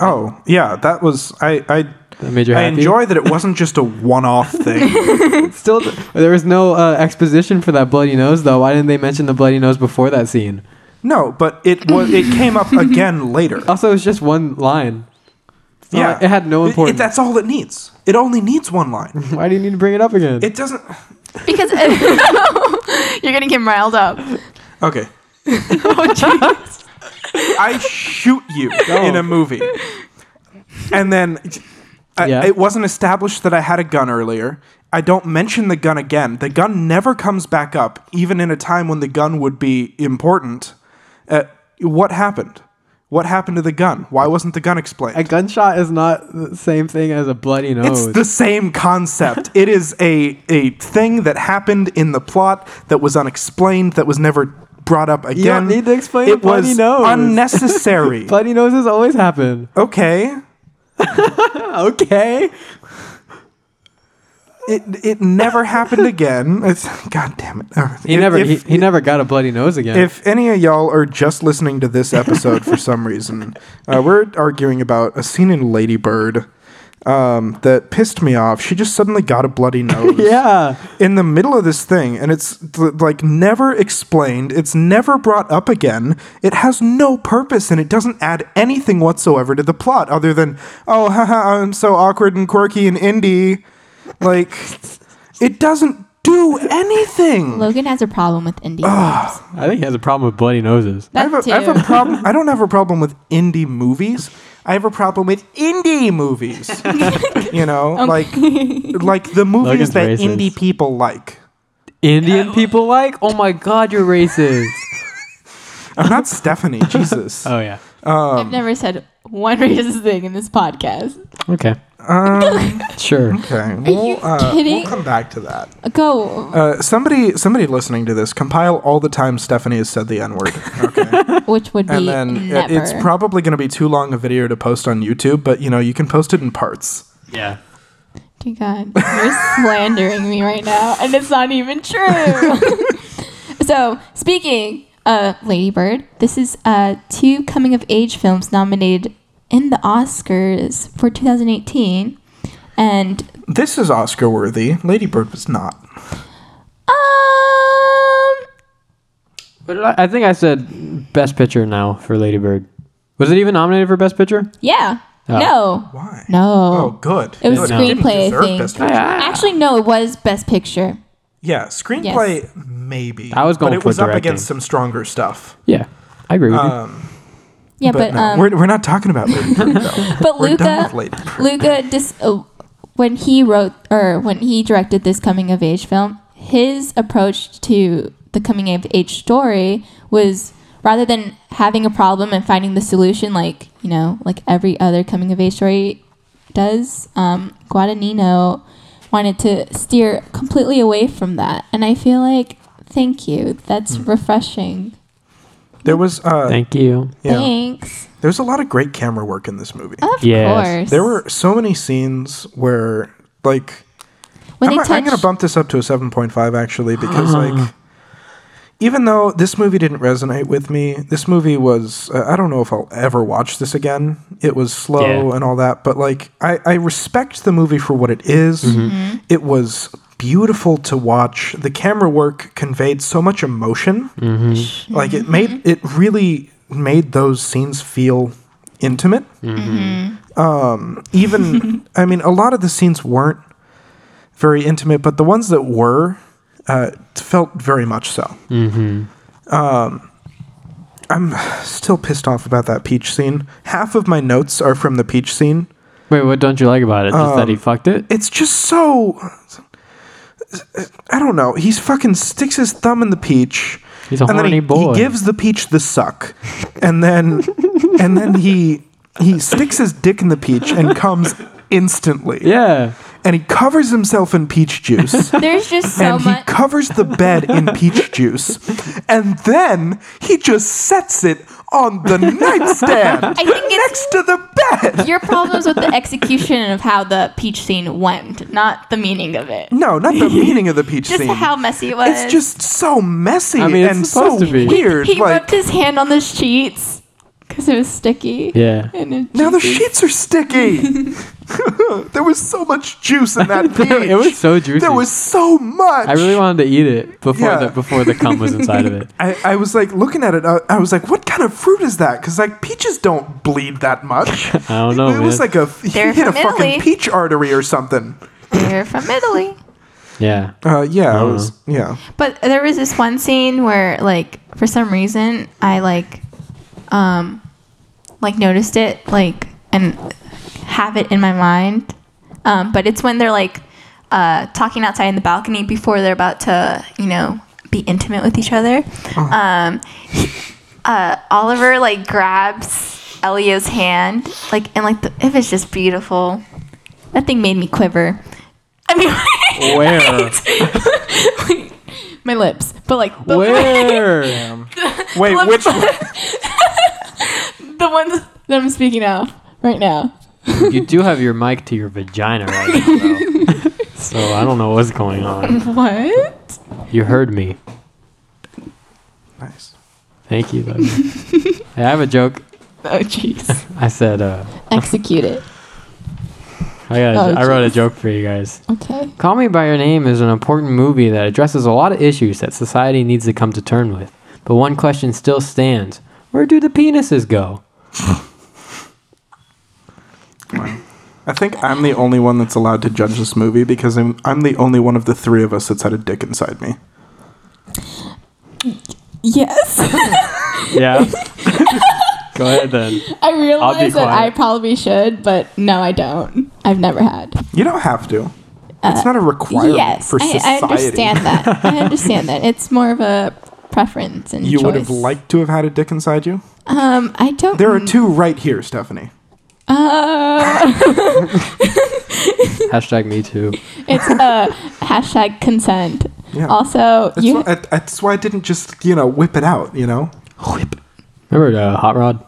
C: Oh yeah, that was I I
A: That made you
C: I
A: happy.
C: enjoy that it wasn't just a one-off thing.
A: Still, th- there was no uh, exposition for that bloody nose, though. Why didn't they mention the bloody nose before that scene?
C: No, but it was it came up again later.
A: Also, it's just one line. It's not like- Uh, it had no
C: It- it-
A: importance.
C: that's all it needs. It only needs one line.
A: Why do you need to bring it up again?
C: It doesn't.
H: because you're gonna get riled up.
C: Okay.
A: Oh,
C: I shoot you
A: No.
C: in a movie, and then I,
A: Yeah.
C: it wasn't established that I had a gun earlier. I don't mention the gun again. The gun never comes back up, even in a time when the gun would be important. Uh, what happened? What happened to the gun? Why wasn't the gun explained?
A: a gunshot is not the same thing as a bloody nose.
C: It's the same concept. it is a a thing that happened in the plot that was unexplained, that was never brought up again.
A: You don't need to explain
C: It
A: the bloody
C: was
A: nose.
C: unnecessary.
A: bloody noses always happen.
C: okay.
A: Okay.
C: it it never happened again. It's god damn it. Uh,
A: He
C: if-
A: never
C: if-
A: he, he never got a bloody nose again.
C: If any of y'all are just listening to this episode for some reason, uh, we're arguing about a scene in Lady Bird um, that pissed me off. She just suddenly got a bloody nose.
A: yeah.
C: In the middle of this thing, and it's th- like never explained. It's never brought up again. It has no purpose, and it doesn't add anything whatsoever to the plot other than, oh, haha, I'm so awkward and quirky and indie. Like, it doesn't do anything.
B: Logan has a problem with indie
C: Ah.
B: films.
A: I think he has a problem with bloody noses.
B: That
C: I have, a,
B: too.
C: I have a problem. I don't have a problem with indie movies. I have a problem with indie movies. you know, like like the movies
A: Logan's
C: that
A: racist.
C: indie people like.
A: Indian people like? Oh my god, you're racist.
C: I'm not Stephanie. Jesus.
A: oh yeah.
B: I've never said one racist thing in this podcast.
A: Okay.
C: Um,
A: Sure.
C: okay.
B: you
C: We'll, uh,
B: kidding?
C: we'll come back to that.
B: Go.
C: Uh, somebody, somebody listening to this, compile all the times Stephanie has said the N word. Okay.
B: Which would be
C: And then it-
B: never.
C: it's probably going to be too long a video to post on YouTube, but you know you can post it in parts.
A: Yeah.
B: Dear God, you're slandering me right now, and it's not even true. so, speaking of Lady Bird, this is uh, two coming of age films nominated in the Oscars for 2018. And,
C: This is Oscar worthy. Lady Bird was not.
B: um,
A: But I, I think I said best picture now for Lady Bird. Was it even nominated for best picture?
B: yeah.
A: Oh.
B: No.
C: Why?
B: No.
C: Oh, good.
B: It was
C: Good.
A: No.
C: Didn't
B: screenplay, I
C: deserve
B: think.
C: Best
A: Oh,
C: Picture.
B: Actually, no, it was Best Picture.
C: Yeah, screenplay maybe.
A: I was going
C: but it
A: for
C: was up
A: directing.
C: against some stronger stuff. Um,
A: Yeah. I agree with
C: Uh,
B: Yeah,
C: but
B: but,
C: no,
B: um,
C: we're, we're not talking about Lady Bird, though.
B: but
C: we're done with
B: Luca,
C: Lady Bird.
B: Luca dis- oh, when he wrote or when he directed this coming of age film, his approach to the coming of age story was rather than having a problem and finding the solution like, you know, like every other coming of age story does, um, Guadagnino wanted to steer completely away from that. And I feel like thank you. That's
C: Hmm.
B: refreshing.
C: There was uh,
A: you. Thank you.
C: yeah,
B: Thanks.
C: there was a lot of great camera work in this movie.
B: Of
A: Yes.
B: course.
C: There were so many scenes where like
B: when
C: I'm,
B: they
C: not- I'm
B: touch, Uh-huh.
C: gonna bump this up to a 7.5 actually because like even though this movie didn't resonate with me this movie was uh, i don't know if i'll ever watch this again it was slow
A: Yeah.
C: and all that but like i, I respect the movie for what it is. it was beautiful to watch the camera work conveyed so much emotion like it made it really made those scenes feel intimate um, even i mean a lot of the scenes weren't very intimate but the ones that were uh, felt very much so mm-hmm. um, i'm still pissed off about that peach scene half of my notes are from the peach scene
A: Wait, what don't you like about it? Just
C: um,
A: that he fucked it?
C: it's just so I don't know. He's fucking sticks his thumb in the peach.
A: He's a
C: and then
A: horny
C: he,
A: boy.
C: He gives the peach the suck, and then and then he he sticks his dick in the peach and comes instantly.
A: Yeah.
C: And he covers himself in peach juice.
B: there's just so
C: and he
B: much.
C: covers the bed in peach juice. And then he just sets it on the nightstand
B: I think it's
C: next to the bed.
B: Your problems with the execution of how the peach scene went, not the meaning of it.
C: No, not the meaning of the peach
B: Just
C: scene.
B: how messy it was.
C: It's just so messy
A: I mean, it's
C: and so
A: supposed to be.
C: weird.
B: he rubbed
C: like
B: his hand on the sheets because it was sticky.
A: Yeah.
B: And it
C: now the
B: juices.
C: sheets are sticky. there was so much juice in that peach.
A: It was so juicy.
C: There was so much.
A: I really wanted to eat it before
C: Yeah.
A: the before the cum was inside of it.
C: I, I was like looking at it. I, I was like, "What kind of fruit is that?" Because like peaches don't bleed that much. I
A: don't know,
C: It, it was
A: man.
C: like a he
I: They're
C: hit a
I: from
C: fucking
I: Italy.
C: peach artery or something.
I: They're from Italy.
A: Yeah.
C: Uh,
A: Uh-huh.
C: yeah, I was, yeah.
I: But there was this one scene where, like, for some reason, I like, um, like noticed it, like, and have it in my mind. Um, but it's when they're like uh, talking outside in the balcony before they're about to, you know, be intimate with each other. Um, he- uh, Oliver like grabs Elio's hand, like, and like the, it was just beautiful. That thing made me quiver. I mean,
A: Where?
B: my lips, but like the,
A: Where?
C: Wait, which
B: the ones that I'm speaking of right now.
A: you do have your mic to your vagina right now, though. So I don't know what's going on.
B: What?
A: You heard me.
C: Nice.
A: Thank you. Leslie. Hey, I have a joke.
B: Oh, jeez.
A: I said, uh,
B: Execute it.
A: I, got a
B: Oh,
A: jo- I wrote a
B: jeez.
A: joke for you guys.
B: Okay.
A: Call Me By Your Name is an important movie that addresses a lot of issues that society needs to come to terms with. But one question still stands Where do the penises go?
C: I think I'm the only one that's allowed to judge this movie because I'm I'm the only one of the three of us that's had a dick inside me.
B: Yes.
A: Yeah. go ahead then.
B: I realize that I
A: quiet.
B: probably should, but no, I don't. I've never had.
C: You don't have to. It's not a requirement
B: Uh, yes,
C: for
J: I,
C: society.
J: I understand that. I understand that. It's more of a preference and
C: You would
J: choice.
C: have liked to have had a dick inside you.
J: Um, I don't.
C: There
B: Mm.
C: are two right here, Stephanie.
B: Uh,
A: Hashtag me too.
B: it's uh, hashtag consent.
C: Yeah.
B: Also,
C: That's,
B: you
C: why, I- that's why I didn't just you know whip it out. You know.
A: Remember uh, Hot Rod?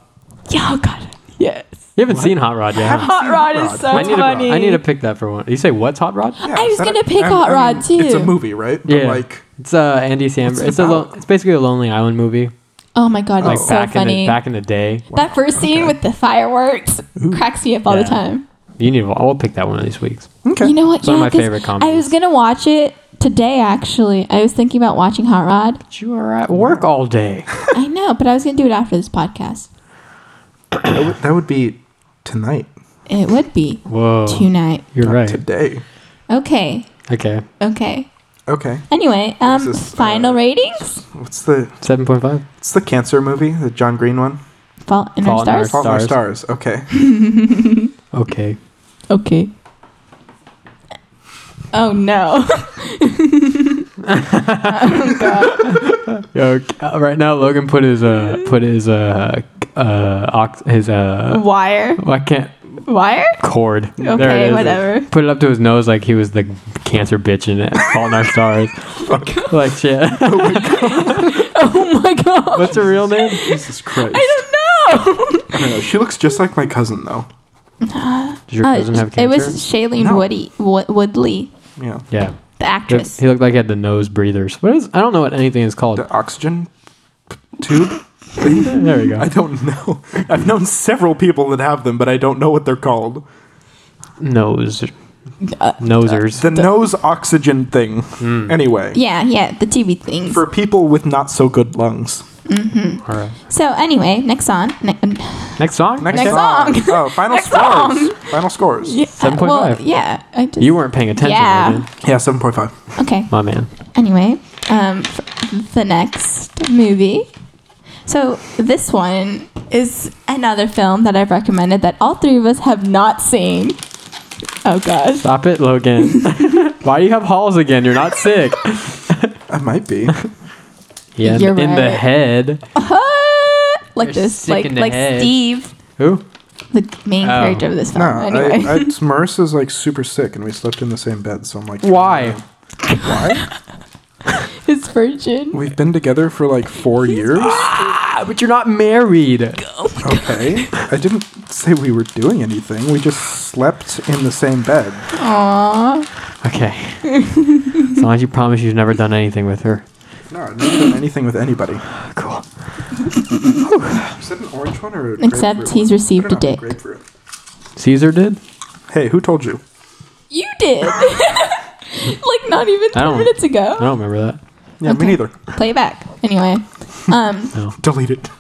B: yeah, oh god, yes.
A: You haven't seen Hot Rod yet. huh?
B: Hot rod
C: Hot
B: is
C: Rod.
B: so
A: I need, to,
B: funny.
A: I need to pick that for one. You say what's Hot Rod?
C: Yeah,
B: I was
C: is that
B: gonna
C: a-
B: pick Hot Rod,
C: It's a
B: too.
C: movie, right? But,
A: Yeah.
C: like
A: it's uh, Andy Samberg.
C: it
A: It's a lo-
C: about?
A: it's basically a Lonely Island movie.
B: oh my god,
A: Like
B: it's so
A: back in
B: funny.
A: the back in the day.
B: that first scene with the fireworks cracks me up all
A: Yeah.
B: the time.
A: You need. I'll pick that one of these weeks.
C: okay.
B: You know what?
A: It's one of my
B: 'cause
A: favorite
B: I was
A: comedies.
B: gonna watch it today. Actually, I was thinking about watching Hot Rod.
A: You are at work all day.
B: I know, but I was gonna do it after this podcast.
C: that, would, that would be tonight,
B: It would be
A: Whoa.
B: tonight.
A: You're
C: not
A: right.
C: today.
B: Okay,
A: Okay.
B: okay.
C: Okay.
B: Anyway, um,
C: this, uh,
B: final ratings.
C: What's the
A: Seven point five.
C: what's the cancer movie? The John Green one.
B: Fault in
A: Fault
B: our
A: in Our
B: stars.
C: Fault in Our
A: Stars.
C: Stars. Okay.
A: Okay.
B: Okay. Oh no.
A: Yo, uh, right now Logan put his uh put his uh uh ox- his uh
B: Wire.
A: oh, I can't
B: Wire?
A: cord. Okay,
B: Okay, whatever.
A: Put it up to his nose like he was the cancer bitch in it. Fault in Our Stars. like shit.
B: Oh my god.
A: What's her real name?
C: Jesus Christ.
B: I don't know.
C: I don't know. She looks just like my cousin though.
A: Does your
J: Uh,
A: cousin have cancer?
J: it was Shailene
C: No.
J: Woody Wo- Woodley,
C: Yeah.
A: yeah.
J: the
A: He
J: actress.
A: he looked like he had the nose breathers. What is? I don't know what anything is called.
C: The oxygen tube.
A: There we go.
C: I don't know. I've known several people that have them, but I don't know what they're called.
A: Nose. Nosers.
C: Uh, The nose oxygen thing. Anyway,
J: yeah, yeah, the TV things.
C: for people with not so good lungs.
A: All right.
J: so anyway, next on. Ne- um,
B: uh,
A: Next song.
C: Next,
A: Okay.
C: song.
J: song.
C: Oh, final
J: Next
C: scores.
J: song.
C: Final scores. Yeah,
A: Seven point
J: well,
A: five.
J: yeah, I just.
A: You weren't paying attention,
J: Yeah.
A: Logan.
C: seven point five.
J: okay.
A: my man.
J: Anyway, um, f- the next movie. So
B: This one is another film that I've recommended that all three of us have not seen. Oh gosh.
A: Stop it, Logan. Why do you have halls again? You're not sick.
C: I might be.
A: Yeah, in,
B: You're
A: in the
B: right.
A: head.
B: like
A: You're
B: this,
A: sick
B: like
A: in the
B: like
A: head.
B: Steve,
A: Who?
B: the main
A: Oh.
B: character of this film.
C: No,
B: anyway,
C: I, I, Marissa's like super sick, and we slept in the same bed. So I'm like,
A: Why?
C: Why?
B: his virgin.
C: We've been together for like four years.
A: Ah, but you're not married.
C: Okay. I didn't say we were doing anything. We just slept in the same bed.
A: Okay. as long as you promise you've never done anything with her.
C: No, I've never done anything with anybody.
A: Cool.
C: Is that an orange one or a
B: Except
C: grapefruit
B: he's
C: one?
B: received
C: Put it
B: a
C: on the
B: dick.
C: grapefruit.
A: Caesar did.
C: Hey, who told you?
B: You did. like not even
A: I don't-
B: ten minutes ago.
A: I don't remember that.
C: Yeah, me neither.
B: Play it back. Anyway, um,
C: Delete it.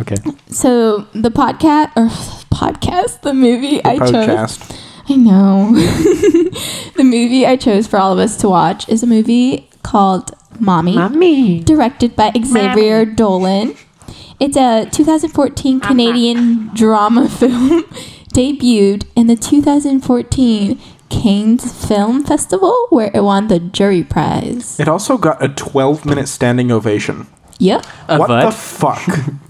A: Okay.
B: so the podcast or podcast, the movie I chose.
C: Podcast.
B: I know. the movie I chose for all of us to watch is a movie called Mommy,
A: Mommy.
B: directed by Xavier Dolan. It's a 2014 Canadian drama film debuted in the 2014 Cannes Film Festival where it won the jury prize.
C: It also got a 12 minute standing ovation.
B: Yep.
C: what
A: what?
C: the fuck?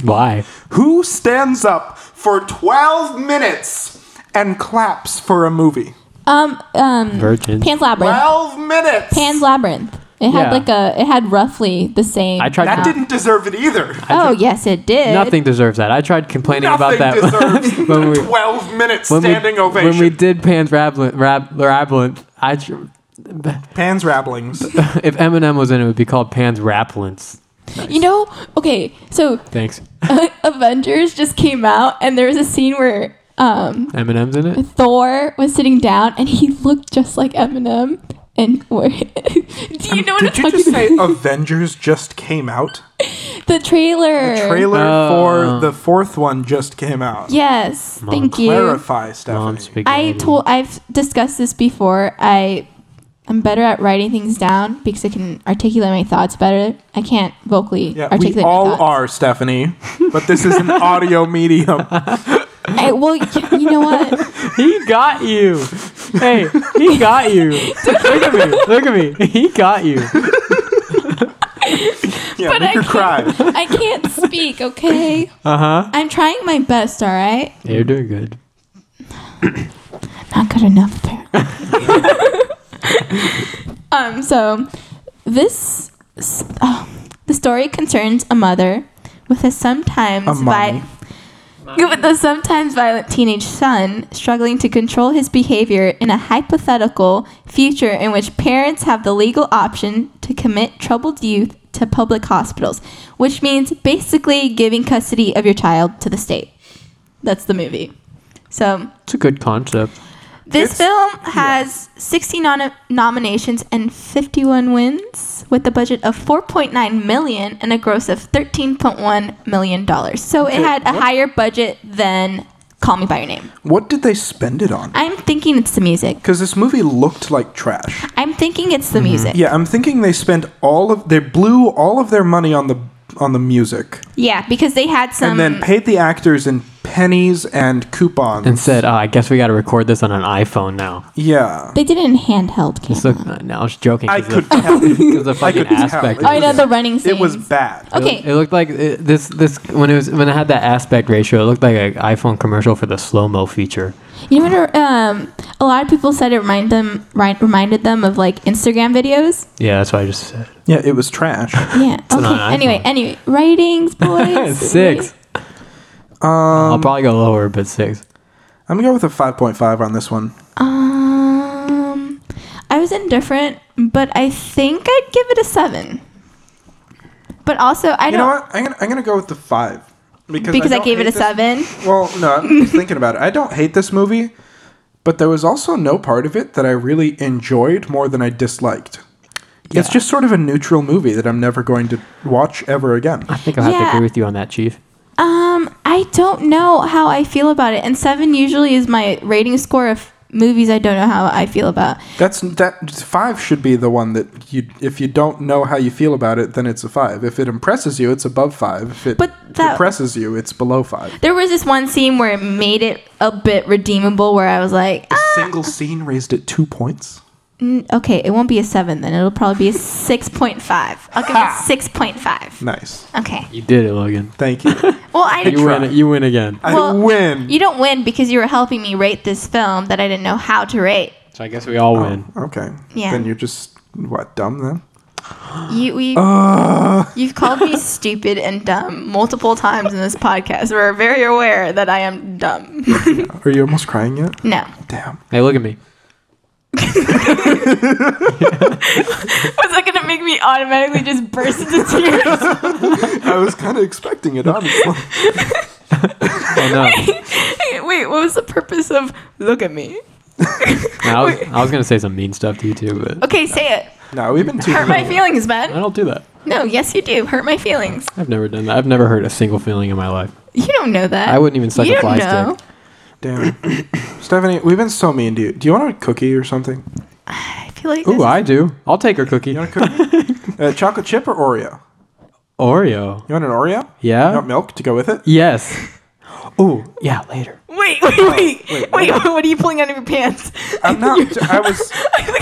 A: Why?
C: Who stands up for 12 minutes and claps for a movie?
B: Um um
A: Virgin.
B: Pan's Labyrinth.
C: 12 minutes!
B: Pan's Labyrinth. It had
A: Yeah.
B: like a. It had roughly the same.
A: I tried
C: that
A: to-
C: didn't deserve it either.
B: Oh yes, it did.
A: Nothing deserves that. I tried complaining
C: Nothing
A: about that
C: deserves
A: when we
C: 12 minutes
A: when
C: standing
A: we,
C: ovation.
A: When we did Pan's Labyrinth, Rab, Labyrinth I tr-
C: Pan's Rabblings.
A: if Eminem was in it, it would be called Pan's Rapplance.
B: You know, okay, so
A: Thanks.
B: Avengers just came out, and there was a scene where um,
A: Eminem's in it.
B: Thor was sitting down, and he looked just like Eminem. And where, do you know what I'm
C: Um, Did you
B: talking
C: just say
B: about?
C: Avengers just came out?
B: the trailer.
C: The trailer
A: Oh.
C: for the fourth one just came out.
B: Yes, thank you.
C: Clarify, Stephanie.
A: Mom's big
B: I
A: baby.
B: told I've discussed this before. I I'm better at writing things down because I can articulate my thoughts better. I can't vocally
C: yeah,
B: articulate
C: we
B: my
C: all
B: thoughts.
C: are, Stephanie. But this is an audio medium.
B: I, well, you know what?
A: He got you. Hey, he got you. look at me. Look at me. He got you.
C: Yeah,
B: But
C: make
B: I
C: her cry.
B: can't- I can't speak, okay?
A: Uh huh.
B: I'm trying my best, all right?
A: Yeah, you're doing good.
B: Not good enough, apparently. um, so this s- oh, the story concerns a mother with a
C: A
B: sometimes
C: mommy.
B: vi- with a sometimes violent teenage son struggling to control his behavior in a hypothetical future in which parents have the legal option to commit troubled youth to public hospitals, which means basically giving custody of your child to the state. That's the movie. So
A: It's a good concept.
B: this
C: It's-
B: film has 60 nom- nominations and 51 wins with a budget of 4.9 million and a gross of 13.1 million dollars. So it
C: Okay,
B: had a
C: what-
B: higher budget than Call Me by Your Name.
C: What did they spend it on?
B: I'm thinking it's the music.
C: Because this movie looked like trash.
B: I'm thinking it's the
A: Mm-hmm.
B: music.
C: Yeah, I'm thinking they spent all of they blew all of their money on the on the music
B: Yeah, because they had some
C: and then paid the actors in pennies and coupons.
A: And said, oh, I guess we got to record this on an iPhone now.
C: yeah.
B: They did it in handheld camera.
A: It's like, uh, no, I was joking.
C: I
A: 'cause the-
C: could tell.
A: because the fucking
C: could tell.
A: aspect.
B: Oh, I know
A: was-
B: the running scene.
C: It was bad.
A: it
B: Okay.
A: looked- It looked like it, this. This when it was when it had that aspect ratio, it looked like an iPhone commercial for the slow mo feature.
B: You know what? Um, a lot of people said it reminded them ri- reminded them of like Instagram videos.
A: Yeah, that's what I just said.
C: Yeah, it was trash.
B: Yeah.
A: an
B: okay.
A: iPhone.
B: Anyway, anyway, ratings, boys.
A: six. I'll
C: Um,
A: probably go lower, but six.
C: I'm gonna go with a 5.5 on this one.
B: Um, I was indifferent, but I think I'd give it a seven. But also, I
C: You
B: don't
C: know what? I'm gonna, I'm gonna go with the five because
B: because I,
C: don't
B: gave it a
C: hate this-
B: seven.
C: Well, no, I'm just thinking about it. I don't hate this movie, but there was also no part of it that I really enjoyed more than I disliked. It's just sort of a neutral movie that I'm never going to watch ever again.
A: I think I'll have to
B: Yeah.
A: agree with you on that, Chief.
B: Um, I don't know how I feel about it, and seven usually is my rating score of movies. I don't know how I feel about.
C: That's that five should be the one that you if you don't know how you feel about it, then it's a five. If it impresses you, it's above five. If it
B: But that-
C: depresses you, it's below five.
B: There was this one scene where it made it a bit redeemable, where I was like, ah,
C: Single scene raised it two points.
B: mm, okay, it won't be a seven then. It'll probably be a six point five. I'll give it six point five.
C: Nice.
B: Okay.
A: You did it, Logan.
C: Thank you.
B: Well, I
A: You
C: try.
A: win. You win again.
C: I
B: Well,
C: win.
B: You don't win because you were helping me rate this film that I didn't know how to rate.
A: So I guess we all win.
C: Okay.
B: Yeah.
C: Then you're just what dumb then?
B: You we
C: Uh,
B: you've called me stupid and dumb multiple times in this podcast. We're very aware that I am dumb.
C: are you almost crying yet?
B: no.
C: Damn.
A: Hey, look at me.
B: Was that gonna make me automatically just burst into tears?
C: I was kind of expecting it honestly.
A: Oh no.
B: Wait, what was the purpose of look at me?
A: I was, I was gonna say some mean stuff to you too, but
B: Okay, say it.
C: no, we've been too.
B: Hurt my feelings,
A: I
B: man.
A: don't do that.
B: No, yes you do. Hurt my feelings.
A: I've never done that. I've never hurt a single feeling in my life.
B: You don't know that.
A: I wouldn't even suck
B: you
A: a
B: don't
A: fly
B: know.
A: stick.
C: Damn. Stephanie, we've been so mean to you. Do you want a cookie or something?
B: I feel like
A: Ooh,
B: this-
A: I do. I'll take her cookie.
C: You want a cookie? uh, chocolate chip or Oreo?
A: Oreo.
C: You want an Oreo?
A: Yeah.
C: You want milk to go with it?
A: Yes. Ooh, yeah, later.
B: wait, wait, wait, wait, What are you pulling out of your pants?
C: I'm not. Uh, I was.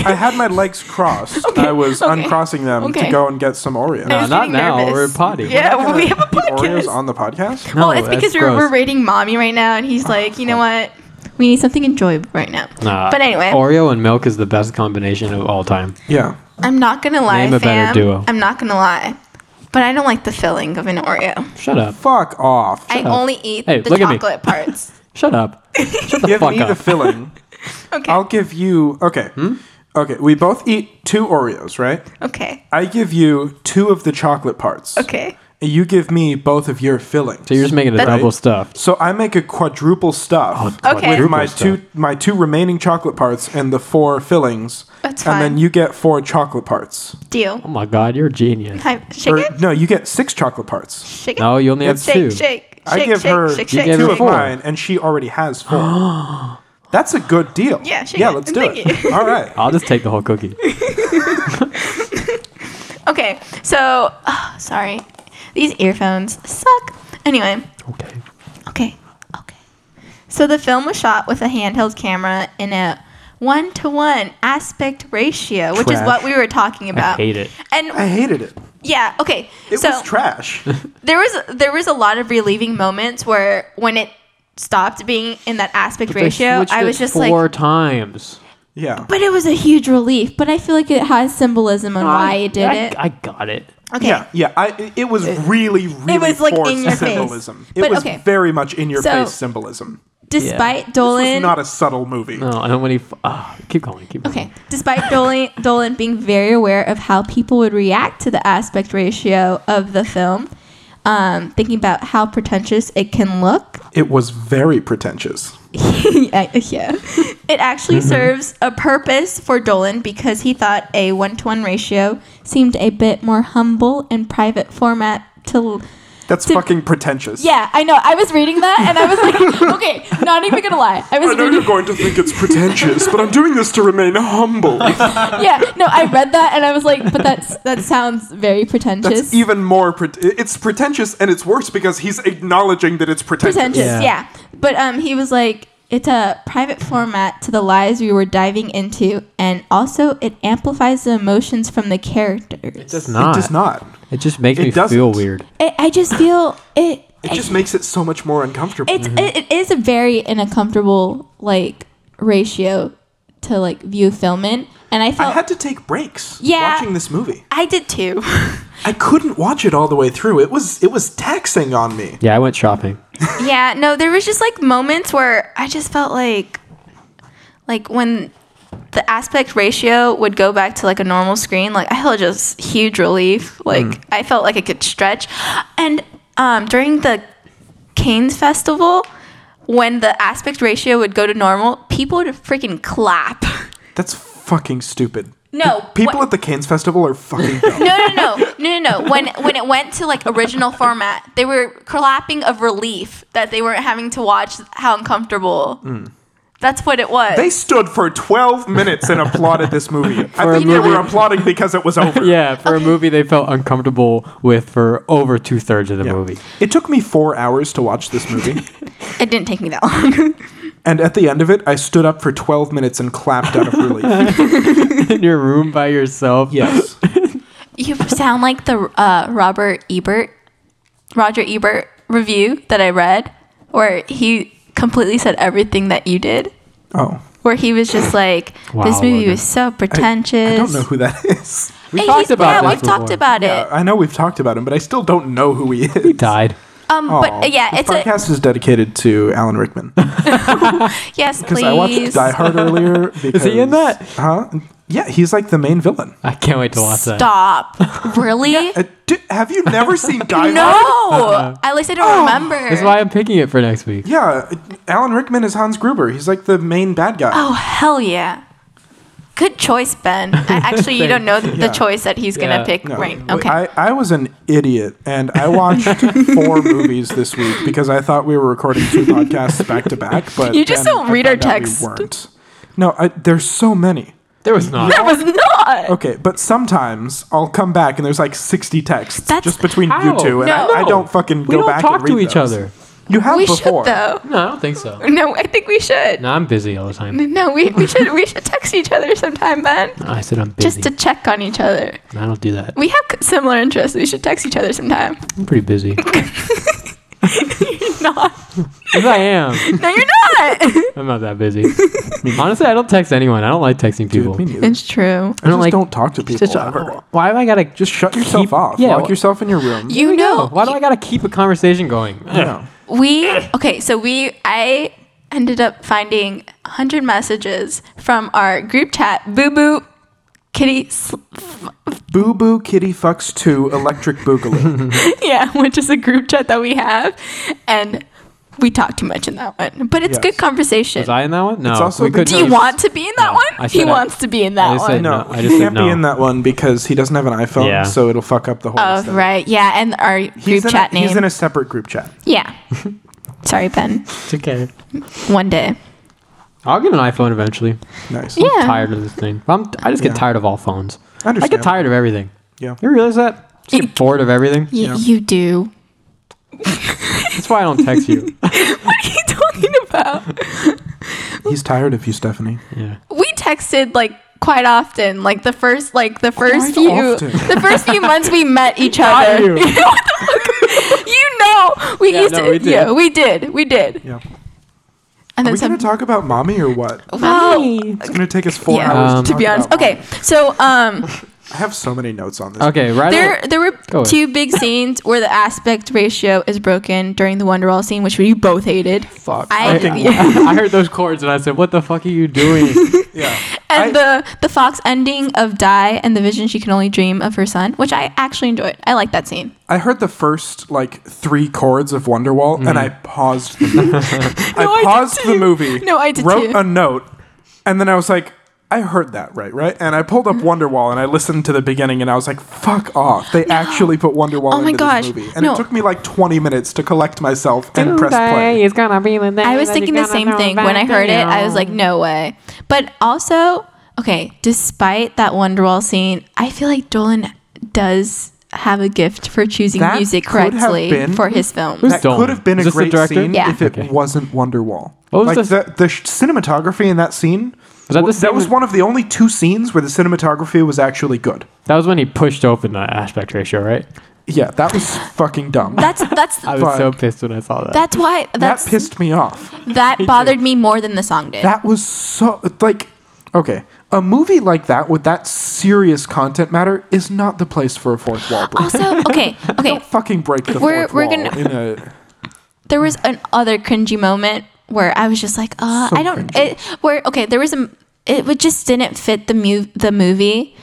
C: I had my legs crossed. I was
B: okay,
C: uncrossing them to
B: okay.
C: go and get some Oreos.
A: No,
B: was
A: Uh, not
B: getting
A: now.
B: nervous.
A: We're potty.
B: Yeah,
C: We're not
B: well, we have a
C: eat Oreos
B: podcast.
C: on the podcast.
A: No,
B: well, it's
A: that's
B: because we're,
A: gross.
B: we're rating mommy right now, and he's like, you know what? We need something enjoyable right now.
A: Oh, Nah,
B: but anyway,
A: Oreo and milk is the best combination of all time.
C: Yeah.
B: I'm not gonna lie,
A: Name a
B: fam.
A: better duo.
B: I'm not gonna lie, but I don't like the filling of an Oreo.
A: Shut up.
C: Fuck off.
B: I
A: up.
B: only eat
A: Hey,
B: the
A: look at me.
B: chocolate parts.
A: Shut up. Shut the
C: Give
A: fuck
C: me the
A: up.
C: filling.
B: Okay. Hmm?
C: I'll give you. Okay. Okay, we both eat two Oreos, right?
B: Okay.
C: I give you two of the chocolate parts.
B: Okay.
C: And You give me both of your fillings.
A: So you're just making a
B: But-
A: double stuffed.
C: So I make a quadruple stuff.
B: Okay.
C: With my
A: Quadruple
C: two my two remaining chocolate parts and the four fillings,
B: That's
C: and then
B: fine.
C: you get four chocolate parts.
A: Oh
B: Deal.
A: my god, you're a genius.
B: Hi, shake
C: Or,
B: it.
C: no, you get six chocolate parts.
B: Shake it.
A: No, you only have
B: shake,
A: two.
B: Shake, shake,
C: I give
B: shake,
C: her
B: shake,
A: You
B: shake,
A: give
C: two
A: her
B: shake.
C: of
A: four.
C: mine, and she already has four. That's a good deal.
B: Yeah, shake
C: yeah.
B: it.
C: Let's do
B: Thank
C: it.
B: you.
C: All right.
A: I'll just take the whole cookie.
B: Okay. So, oh, sorry. These earphones suck. Anyway.
A: Okay.
B: Okay. Okay. So the film was shot with a handheld camera in a one to one aspect ratio, which is
C: Trash.
B: what we were talking about.
A: hate it.
B: And
C: I hated it.
B: yeah, okay.
C: It
B: so
C: was trash.
B: there was there was a lot of relieving moments where when it stopped being in that aspect ratio, I was just
A: four
B: like
A: times.
C: Yeah.
B: but it was a huge relief, but I feel like it has symbolism on why it did
A: I,
B: it.
A: I got it.
B: Okay.
C: Yeah, yeah. I, it was really, really
B: was, like,
C: forced
B: in your face.
C: symbolism. It
B: But,
C: was
B: okay.
C: very much in your
B: So-
C: face symbolism.
B: Despite
C: This
B: Dolan
C: was not a subtle movie.
A: No, Oh, I don't want to. Uh, keep going. Keep going.
B: Okay. Despite Dolan, Dolan being very aware of how people would react to the aspect ratio of the film, um, thinking about how pretentious it can look,
C: It was very pretentious.
B: yeah, yeah. it actually serves a purpose for Dolan because he thought a one to one ratio seemed a bit more humble and private format to.
C: That's
B: To-
C: fucking pretentious.
G: Yeah, I know. I was reading that and I was like, okay, not even gonna lie. I
C: Oh,
G: was reading,
C: going to think it's pretentious, but I'm doing this to remain humble.
G: yeah, no, I read that and I was like, but that's
B: That sounds very pretentious.
C: That's even more. Pret- it's pretentious, and it's worse because he's acknowledging that it's pretentious.
B: pretentious.
A: Yeah.
B: Yeah. But um, he was like, it's a private format to the lies we were diving into, and also it amplifies the emotions from the
A: It
B: characters.
A: does
C: It
A: not.
C: does not.
A: It just makes
C: It
A: me
C: doesn't.
A: feel weird.
B: I I just feel it.
C: It just makes it so much more uncomfortable.
B: It's it, it is a very uncomfortable like ratio to like view film in, and I
C: I
B: felt I,
C: had to take breaks
B: Yeah.
C: watching this movie.
B: did too.
C: I couldn't watch it all the way through. It was it was taxing on me.
A: Yeah, I went shopping.
B: yeah, no, there was just like moments where I just felt like, like when the aspect ratio would go back to like a normal screen, like I felt just huge relief. Like I felt like I could stretch, and um, during the Canes Festival, when the aspect ratio would go to normal, people would freaking clap.
C: That's fucking stupid.
B: No,
C: People
B: what-
C: at the Cannes Festival are fucking dumb.
B: no, no, no, no, no, no. When when it went to like original format, they were clapping of relief that they weren't having to watch how uncomfortable. That's what it was.
C: Mm. They stood for 12 minutes and applauded this movie. I think they
A: movie.
C: were applauding because it was over.
A: Yeah, for a movie they felt uncomfortable with for over two thirds of the movie.
C: It took me four hours to watch this movie.
B: it didn't take me that long.
C: and at the end of it, I stood up for 12 minutes and clapped out of relief.
A: In your room by yourself.
C: yes.
B: you sound like the uh, Robert Ebert, Roger Ebert review that I read, where he completely said everything that you did.
C: Oh.
B: Where he was just like,
A: Wow,
B: this movie
A: Logan.
B: was so
C: I
B: pretentious.
C: don't know who that is.
A: We
B: Hey,
A: talked
B: he's-
A: about
B: yeah,
A: this
B: we've talked
A: before.
B: about
C: Yeah,
B: it.
C: I know we've talked about him, but I still don't know who he is.
A: He died.
B: Um,
C: Aw.
B: but uh, yeah,
C: This
B: it's a
C: podcast is dedicated to Alan Rickman
B: yes,
C: because
B: please.
C: I watched Die Hard earlier. Because,
A: he in that?
C: Huh? Yeah, he's like the main villain.
A: I can't wait to watch that.
B: Stop. Really?
C: Uh, d- have you never seen Die Hard?
B: No. At least I don't remember.
A: That's why I'm picking it for next week.
C: Yeah, Alan Rickman is Hans Gruber. He's like the main bad guy.
B: oh hell yeah. Good choice, Ben. I, actually, you don't know the, the choice that he's
A: Yeah.
B: gonna pick,
C: No,
B: right?
C: w-
B: Okay.
C: Um, I, I was an idiot and I watched four movies this week because I thought we were recording two podcasts back to back. But
B: You just
C: then
B: don't
C: I
B: read our
C: found out we
B: text.
C: weren't. No, I, there's so many.
A: There was not.
B: That was not.
C: Okay, but sometimes I'll come back and there's like 60 texts
B: That's-
C: just between
A: How?
C: you two, and
B: No.
C: I, I don't fucking
A: we
C: go
A: don't
C: back
A: talk
C: and read
A: to each
C: those.
A: other.
C: You have
B: We
C: before.
B: should though.
A: No, I don't think so.
B: No, I think we should.
A: No, I'm busy all the time.
B: No, we, we should we should text each other sometime, Ben.
A: I said I'm busy.
B: Just to check on each other.
A: I don't do that.
B: We have c- similar interests. We should text each other sometime.
A: I'm pretty busy.
B: no,
A: yes, I am.
B: no, you're not.
A: I'm not that busy. Honestly, I don't text anyone. I don't like texting people.
C: Dude, me neither.
B: it's true.
C: I just
A: like-
C: don't talk to people.
A: Just-
C: ever.
A: why am I gotta
C: Just shut yourself
A: keep-
C: off.
A: yeah,
C: Lock
A: wh-
C: yourself in your room.
B: You know.
A: Why do I gotta keep a conversation going?
C: No.
B: We okay, so we I ended up finding 100 messages from our group chat, Boo Boo Kitty. Sl-
C: Boo Boo Kitty Fucks 2 Electric Boogaloo.
B: yeah, which is a group chat that we have. And we talked too much in that one, but it's
C: Yes.
B: good conversation.
A: Was I in that one? No.
C: It's also
A: we
C: the-
A: could
B: Do you
A: have-
B: want to be in that
A: No, I
B: one? He
A: said I-
B: wants to be in
A: I
B: that
A: just
B: one.
A: said
C: no,
A: I
C: he
A: just said
C: can't
A: no.
C: be in that one because he doesn't have an iPhone,
A: Yeah.
C: so it'll fuck up the whole
B: Oh,
C: aesthetic.
B: right. Yeah. And our group
C: He's in
B: chat
C: a,
B: name.
C: He's in a separate group chat.
B: yeah. Sorry, Ben.
A: It's okay.
B: One day.
A: I'll get an iPhone eventually.
C: Nice.
B: Yeah.
A: I'm tired of this thing. I'm, I just get
C: Yeah.
A: tired of all phones. I get
C: Understandable.
A: tired of everything.
C: Yeah.
A: You realize that? Just get bored of everything.
B: Y-
C: Yeah.
B: You do.
A: That's why I don't text you.
B: What are you talking about?
C: He's tired of you, Stephanie.
A: Yeah.
B: We texted like quite often. Like the first, like the
C: Quite
B: first few,
C: often.
B: the first few months we met each
A: Got
B: other.
A: you.
B: What the fuck? you know, we
A: Yeah,
B: used
A: no,
B: to.
A: we did.
B: Yeah, we did. We did.
C: Yeah. Are
B: And then
C: we
B: some.
C: gonna talk about mommy or what?
B: Wow.
C: It's gonna take us four
B: Yeah.
C: hours.
A: Um,
B: to
C: talk
B: be honest,
C: about
B: okay.
C: mommy.
B: So, um,
C: I have so many notes on this.
A: Okay. Right.
B: there there were
A: Go ahead.
B: two big scenes where the aspect ratio is broken during the Wonderwall scene, which we both hated.
C: Fuck.
B: I-
C: Fucking-
B: yeah.
A: I heard those chords and I said, "What the fuck are you doing?"
C: yeah.
B: And
C: I-
B: the the fox ending of Die and the vision she can only dream of her son, which I actually enjoyed. I like that scene.
C: I heard the first like three chords of Wonderwall, and I paused. The movie. I
B: did
C: paused the
B: too.
C: movie.
B: No, I did
C: Wrote
B: too.
C: a note, and then I was like, I heard that right, right? And I pulled up Wonderwall, and I listened to the beginning, and I was like, fuck off! They actually put Wonderwall
B: Oh
C: into
B: my gosh.
C: this movie, and
B: No.
C: it took me like twenty minutes to collect myself and press play.
K: It's gonna be the
B: I was thinking the same thing when I heard it. I was like, no way. But also, okay, despite that Wonderwall scene, I feel like Dolan does have a gift for choosing
C: That
B: music
C: could have
B: correctly
C: been-
B: for his film.
A: Who's
C: That
A: Dolan?
C: could have been
A: Is
C: a
A: this the
C: great
A: director?
C: scene
B: Yeah.
C: if it
A: Okay.
C: wasn't Wonderwall.
A: What was
C: like
A: this-
C: the, the sh- cinematography in that scene.
A: Was that the
C: w-
A: scene
C: was
A: with-
C: one of the only two scenes where the cinematography was actually good.
A: That was when he pushed open the aspect ratio, right?
C: Yeah, that was fucking dumb.
B: That's that's
A: I was
C: Fuck.
A: so pissed when I saw that.
B: that's why
C: that
B: that's,
C: pissed me off.
B: that bothered me more than the song did.
C: That was so like okay. A movie like that with that serious content matter is not the place for a fourth wall break.
B: also, okay, okay.
C: Fucking break the
B: We're-
C: 4th
B: we're
C: wall.
B: gonna-
C: in a-
B: there was an other cringy moment where I was just like, uh,
C: So
B: I don't.
C: cringy.
B: It, where okay, there was a. It would just didn't fit the mu- the movie,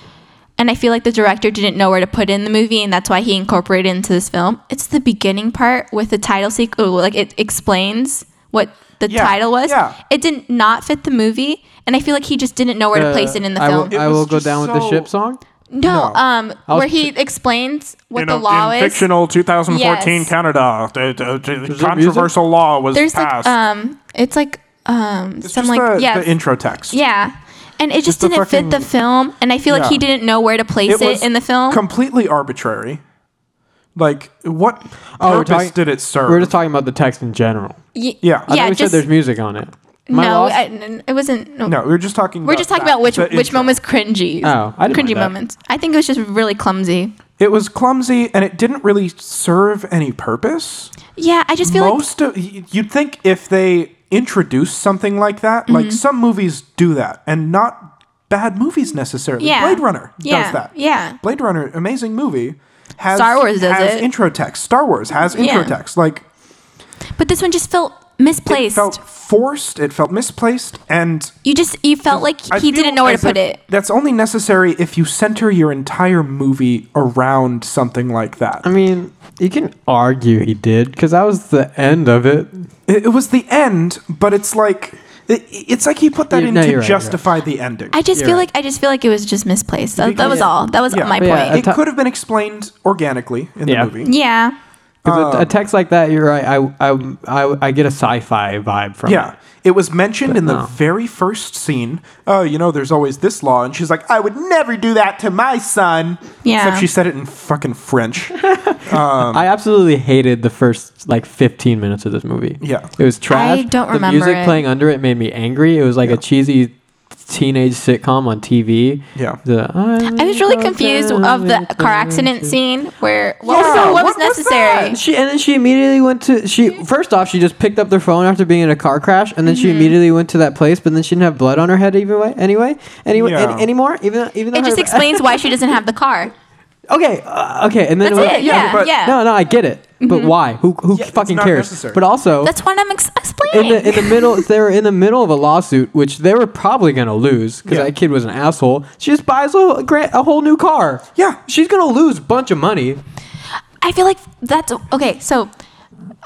B: and I feel like the director didn't know where to put it in the movie, and that's why he incorporated it into this film. It's the beginning part with the title sequence, like it explains what the
C: Yeah,
B: title was.
C: yeah.
B: It did not fit the movie, and I feel like he just didn't know where
C: Uh,
B: to place it in the
A: I
B: film. Uh,
A: Will, I
C: was
A: will go
C: just
A: down with the
C: so-
A: ship song.
B: no,
C: no.
B: um,
A: I'll
B: where he explains what
C: in a-
B: the law
C: in
B: is.
C: fictional 2014
B: Yes.
C: Canada, the, the- the
A: there
C: controversial law was
B: There's like
C: passed.
B: um, it's like um,
C: It's
B: some
C: just
B: like
C: the,
B: yeah,
C: the intro text.
B: Yeah. And it just,
C: Just the
B: didn't fit the
C: fucking-
B: film. And I feel like
C: Yeah.
B: he didn't know where to place it, in the film.
C: completely arbitrary. Like what
A: Oh, we're
C: purpose
A: talking-
C: did it serve?
A: We are just talking about the text in general.
B: Y-
C: Yeah. I
A: I
B: Yeah.
A: thought we
B: Just,
A: said there's music on it. Am I
B: no,
A: lost?
B: I, n- it wasn't. No.
C: no, we were just talking.
B: We're just talking about which
C: that, the
B: which
C: intro.
B: moment's cringy.
A: Oh, I didn't mind
B: cringy
A: that.
B: moments. I think it was just really clumsy.
C: It was clumsy and it didn't really serve any purpose.
B: Yeah, I just feel
C: Most of y- you'd think if they introduce something like
B: Mm-hmm.
C: that, like some movies do that, and not bad movies necessarily.
B: Yeah.
C: Blade Runner
B: Yeah,
C: does that.
B: yeah.
C: Blade Runner, amazing movie. Has,
B: Star Wars does
C: has
B: it.
C: intro text. Star Wars has intro
B: Yeah.
C: text. Like
B: like, but this one just felt
C: it
B: misplaced.
C: felt forced. It felt misplaced, and
B: you just you felt like
C: I
B: he
C: feel
B: didn't know where to
C: as
B: put
C: if
B: it.
C: That's only necessary if you center your entire movie around something like that.
A: I mean, you can argue he did because that was the end of it.
C: it, it was the end, but it's like it, it's like he put that
A: Yeah,
C: in
A: no,
C: to
A: you're right, you're right.
C: justify the ending.
B: I just
A: You're
B: feel
A: right.
B: like I just feel like it was just misplaced. That, that was
C: Yeah.
B: all. That was
C: Yeah.
B: my
A: Yeah, I
B: point.
C: it
A: ta-
C: could have been explained organically in
A: Yeah.
C: the movie.
B: yeah.
A: 'Cause a,
C: Uh.
A: a text like that, you're right. I I I, I get a sci-fi vibe from
C: Yeah.
A: it.
C: It was mentioned in the
A: no.
C: very first scene. Oh, you know, there's always this law. And she's like, I would never do that to my son.
B: Yeah.
C: Except she said it in fucking French. Um,
A: I absolutely hated the first like 15 minutes of this movie.
C: Yeah.
A: it was trash.
B: I don't
A: the
B: remember
A: music
B: it.
A: playing under it made me angry. It was like a cheesy teenage sitcom on TV.
C: Yeah.
A: The,
B: I was really confused of the car accident scene where what, was,
C: Yeah,
B: what was
C: what was
B: necessary.
A: She and then she immediately went to she first off she just picked up their phone after being in a car crash and then she
B: Mm-hmm.
A: immediately went to that place but then she didn't have blood on her head even way anyway anyway
C: Yeah.
A: an- anymore even though, even though
B: It just
A: her-
B: explains why she doesn't have the car.
A: okay uh, okay and then
B: That's
A: was-
B: it. Yeah,
C: but-
B: yeah.
A: no no I get it But why? Who who
C: Yeah, it's
A: fucking
C: not
A: cares?
C: necessary.
A: But also,
B: That's what I'm ex-
A: in
B: explaining.
A: the in the middle, if they were in the middle of a lawsuit, which they were probably gonna lose because
C: Yeah.
A: that kid was an asshole. She just buys a, a, gra- a whole new car.
C: Yeah.
A: she's gonna lose a bunch of money.
B: I feel like that's okay. So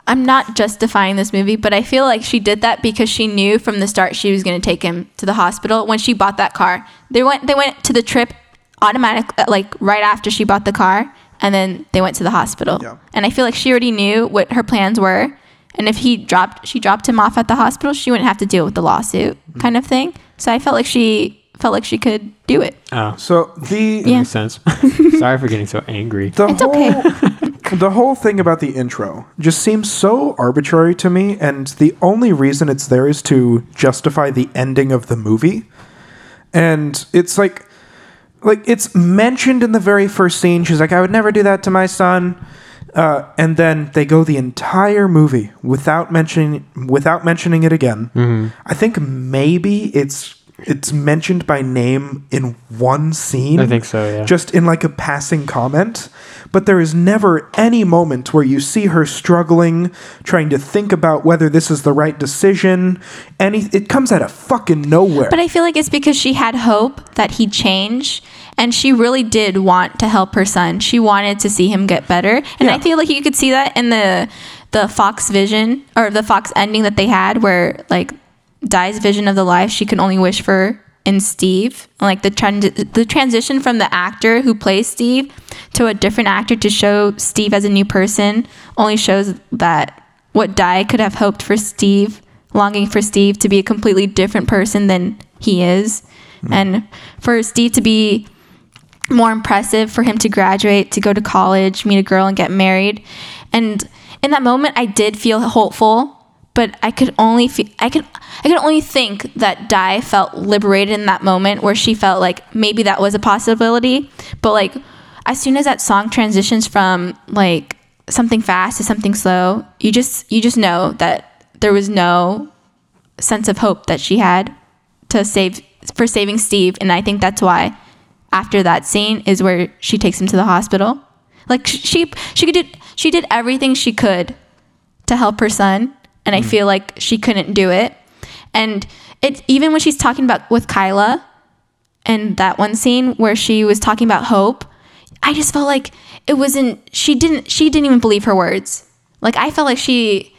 B: I'm not justifying this movie, but I feel like she did that because she knew from the start she was going to take him to the hospital when she bought that car. They went they went to the trip automatic uh, like right after she bought the car and then they went to the hospital.
C: Yeah.
B: And I feel like she already knew what her plans were. And if he dropped she dropped him off at the hospital, she wouldn't have to deal with the lawsuit
A: Mm-hmm.
B: kind of thing. So I felt like she felt like she could do it.
A: Oh,
C: So the
B: Yeah.
A: makes sense. Sorry for getting so angry.
C: the
B: It's
C: whole
B: okay.
C: the whole thing about the intro just seems so arbitrary to me, and the only reason it's there is to justify the ending of the movie. And it's like like it's mentioned in the very first scene. She's like, "I would never do that to my son," uh, and then they go the entire movie without mentioning without mentioning it again.
A: Mm-hmm.
C: I think maybe it's it's mentioned by name in one scene.
A: I think so, yeah.
C: Just in like a passing comment, but there is never any moment where you see her struggling, trying to think about whether this is the right decision. Any, it comes out of fucking nowhere.
B: But I feel like it's because she had hope that he'd change. And she really did want to help her son. She wanted to see him get better. And I
C: Yeah.
B: feel like you could see that in the the Fox vision or the Fox ending that they had where like Di's vision of the life she can only wish for in Steve. Like the tran- the transition from the actor who plays Steve to a different actor to show Steve as a new person only shows that what Di could have hoped for Steve, longing for Steve to be a completely different person than he is. And for Steve to be more impressive for him to graduate, to go to college, meet a girl, and get married. And in that moment, I did feel hopeful, but I could only feel I could I could only think that Di felt liberated in that moment where she felt like maybe that was a possibility. But like as soon as that song transitions from like something fast to something slow, you just you just know that there was no sense of hope that she had to save for saving Steve, and I think that's why after that scene is where she takes him to the hospital. Like sh- she she could do, she did everything she could to help her son, and I feel like she couldn't do it. And it even when she's talking about with Kyla and that one scene where she was talking about hope, I just felt like it wasn't she didn't she didn't even believe her words. Like I felt like she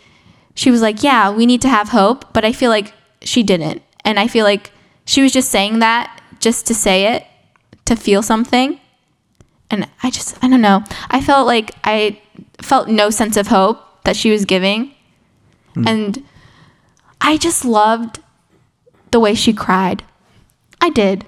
B: she was like, "Yeah, we need to have hope," but I feel like she didn't. And I feel like she was just saying that just to say it, to feel something. And I just I don't know. I felt like I felt no sense of hope that she was giving.
A: Hmm.
B: And I just loved the way she cried. I did.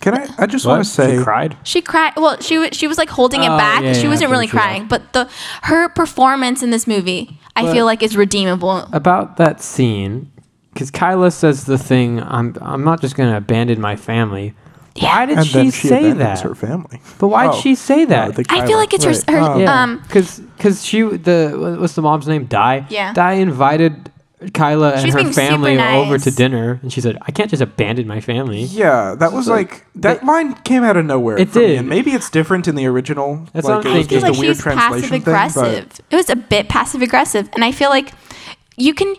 C: Can I? I just want to say,
A: she cried.
B: She cried. Well, she wa- she was like holding it
A: Oh,
B: back.
A: yeah,
B: she
A: yeah, I
B: wasn't
A: think
B: really
A: she was.
B: crying, but the her performance in this movie, I feel like, is
A: Uh,
B: redeemable.
A: about that scene because Kyla says the thing I'm I'm not just gonna abandon my family. Why did
C: and
A: she,
C: then
A: say
C: abandons
A: that?
C: her family.
A: But why did
C: Oh.
A: she say
C: I,
A: that?
C: think
B: I feel
C: Kyla-
B: like it's her,
C: right.
B: her
C: Oh.
A: yeah,
B: um
A: because she the what's the mom's name? Di.
B: Yeah.
A: Di invited Kyla and
B: She's
A: her
B: being super
A: family over
B: nice.
A: to dinner, and she said, "I can't just abandon my family."
C: Yeah, that was like, that line came out of nowhere.
A: It
C: for me,
A: did.
C: and maybe it's different in the original.
A: That's
C: like
A: what I'm
C: it was
A: thinking.
C: just
B: I feel
C: a
B: like
C: weird
B: she's passive
C: translation
B: aggressive.
C: thing.
B: it was a bit passive aggressive, and I feel like you can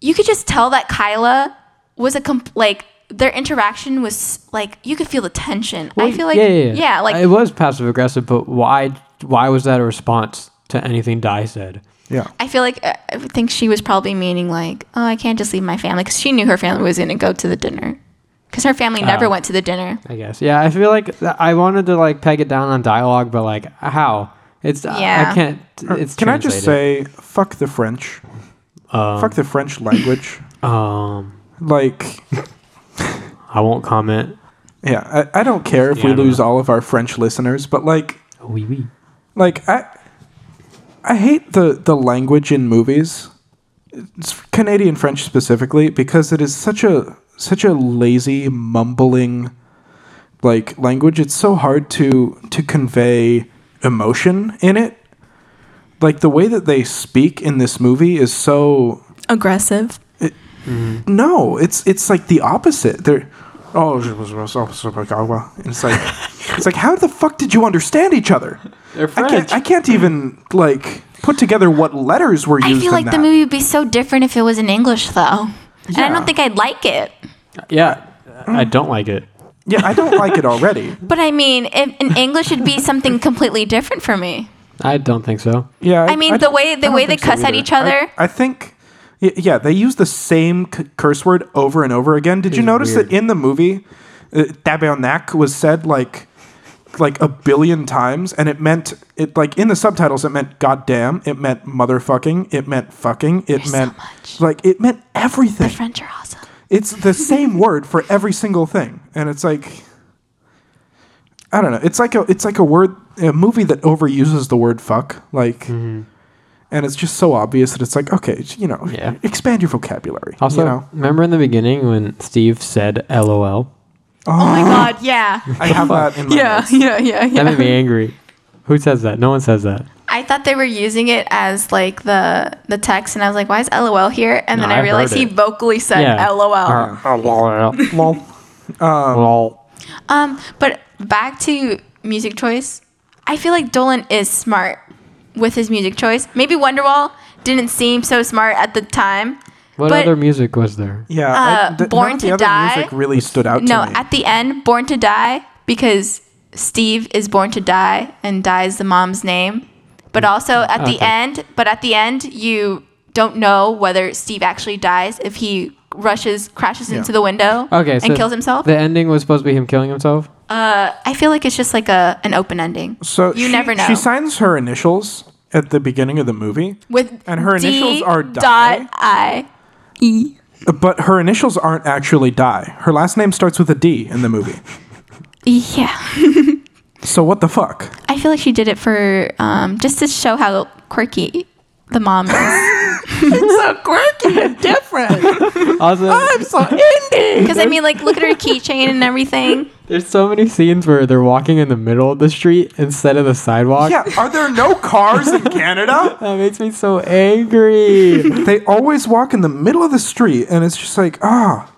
B: you could just tell that Kyla was a comp- like their interaction was like you could feel the tension. I
A: Well,
B: feel like
A: yeah, yeah, yeah.
B: like
A: it was passive aggressive, but why why was that a response to anything Di said?
C: But, yeah,
B: I feel like uh, I would think she was probably meaning like, oh, I can't just leave my family because she knew her family was gonna go to the dinner because her family never went to the dinner.
A: I guess. Yeah, I feel like th- I wanted to like peg it down on dialogue, but like how it's I,
B: Yeah.
A: I can't. It's
C: Can I just
A: translated.
C: say, fuck the French, fuck the French language.
A: Um,
C: like,
A: I won't comment.
C: yeah, I, I don't care if
A: Yeah, I
C: we
A: don't
C: lose all of our French listeners, but like,
A: Oui, oui.
C: like I, I hate the the language in movies, it's Canadian French specifically, because it is such a such a lazy mumbling, like language. It's so hard to to convey emotion in it. Like the way that they speak in this movie is so
B: Aggressive.
C: no, it's it's like the opposite. They're oh, it was- it was- it was- it was- and it's like It's like, how the fuck did you understand each other?
A: They're
C: I
A: French.
C: can't, I can't even like put together what letters were used.
B: I feel
C: in
B: like
C: that.
B: the movie would be so different if it was in English, though. And I
C: Yeah.
B: don't think I'd like it.
A: yeah,
C: Mm.
A: I don't like it.
C: Yeah, I don't like it already.
B: But I mean, if, in English, it'd be something completely different for me.
A: I don't think so.
C: Yeah,
B: I mean, the way- the
C: don't
B: way they
C: think so
B: cuss at
C: either.
B: each other.
C: I, I think, y- yeah, they use the same c- curse word over and over again. Did you notice
A: weird.
C: that in the movie, uh, tabernac was said like like a billion times, and it meant it like in the subtitles it meant goddamn, it meant motherfucking, it meant fucking, it
B: There's so
C: meant
B: much.
C: like it meant
B: The
C: everything.
B: French are awesome.
C: it's the same word for every single thing and it's like i don't know it's like a it's like a word a movie that overuses the word fuck like and it's just so obvious that it's like okay you know
A: Yeah.
C: expand your vocabulary
A: Also,
C: you know
A: remember in the beginning when Steve said "LOL"?
B: Oh my God, yeah.
C: i have that in my
B: Yeah,
C: notes.
B: yeah, yeah, yeah.
A: That made me angry. Who says that? No one says that.
B: I thought they were using it as like the the text, and I was like, "Why is LOL here?" And
A: No,
B: then I,
A: I
B: realized
A: heard
B: he
A: it.
B: vocally said
A: Yeah. Uh-huh. Uh,
B: LOL.
C: Lol.
A: Lol.
B: Um, but back to music choice. I feel like Dolan is smart with his music choice. Maybe Wonderwall didn't seem so smart at the time.
A: What
B: but
A: other music was there?
C: yeah
B: Uh, Born
C: none of
B: to
C: the other
B: Die?
C: music really stood out
B: no,
C: to me
B: at the end, Born to Die because Steve is born to die and die is the mom's name. But also at the
A: Okay.
B: end, but at the end you don't know whether Steve actually dies if he rushes crashes into the window
A: Okay, so
B: and kills himself.
A: The ending was supposed to be him killing himself.
B: uh, I feel like it's just like a an open ending.
C: so
B: you
C: she-
B: never know.
C: she signs her initials at the beginning of the movie
B: with
C: And her
B: D
C: initials are
B: dot I E.
C: but her initials aren't actually die her last name starts with a d in the movie
B: Yeah,
C: so what the fuck
B: I feel like she did it for um, just to show how quirky the mom is. so quirky and different.
A: Also,
B: Because I mean, like, look at her keychain and everything.
A: there's so many scenes where they're walking in the middle of the street instead of the sidewalk.
C: Yeah, are there no cars in Canada?
A: That makes me so angry.
C: They always walk in the middle of the street, and it's just like, ah.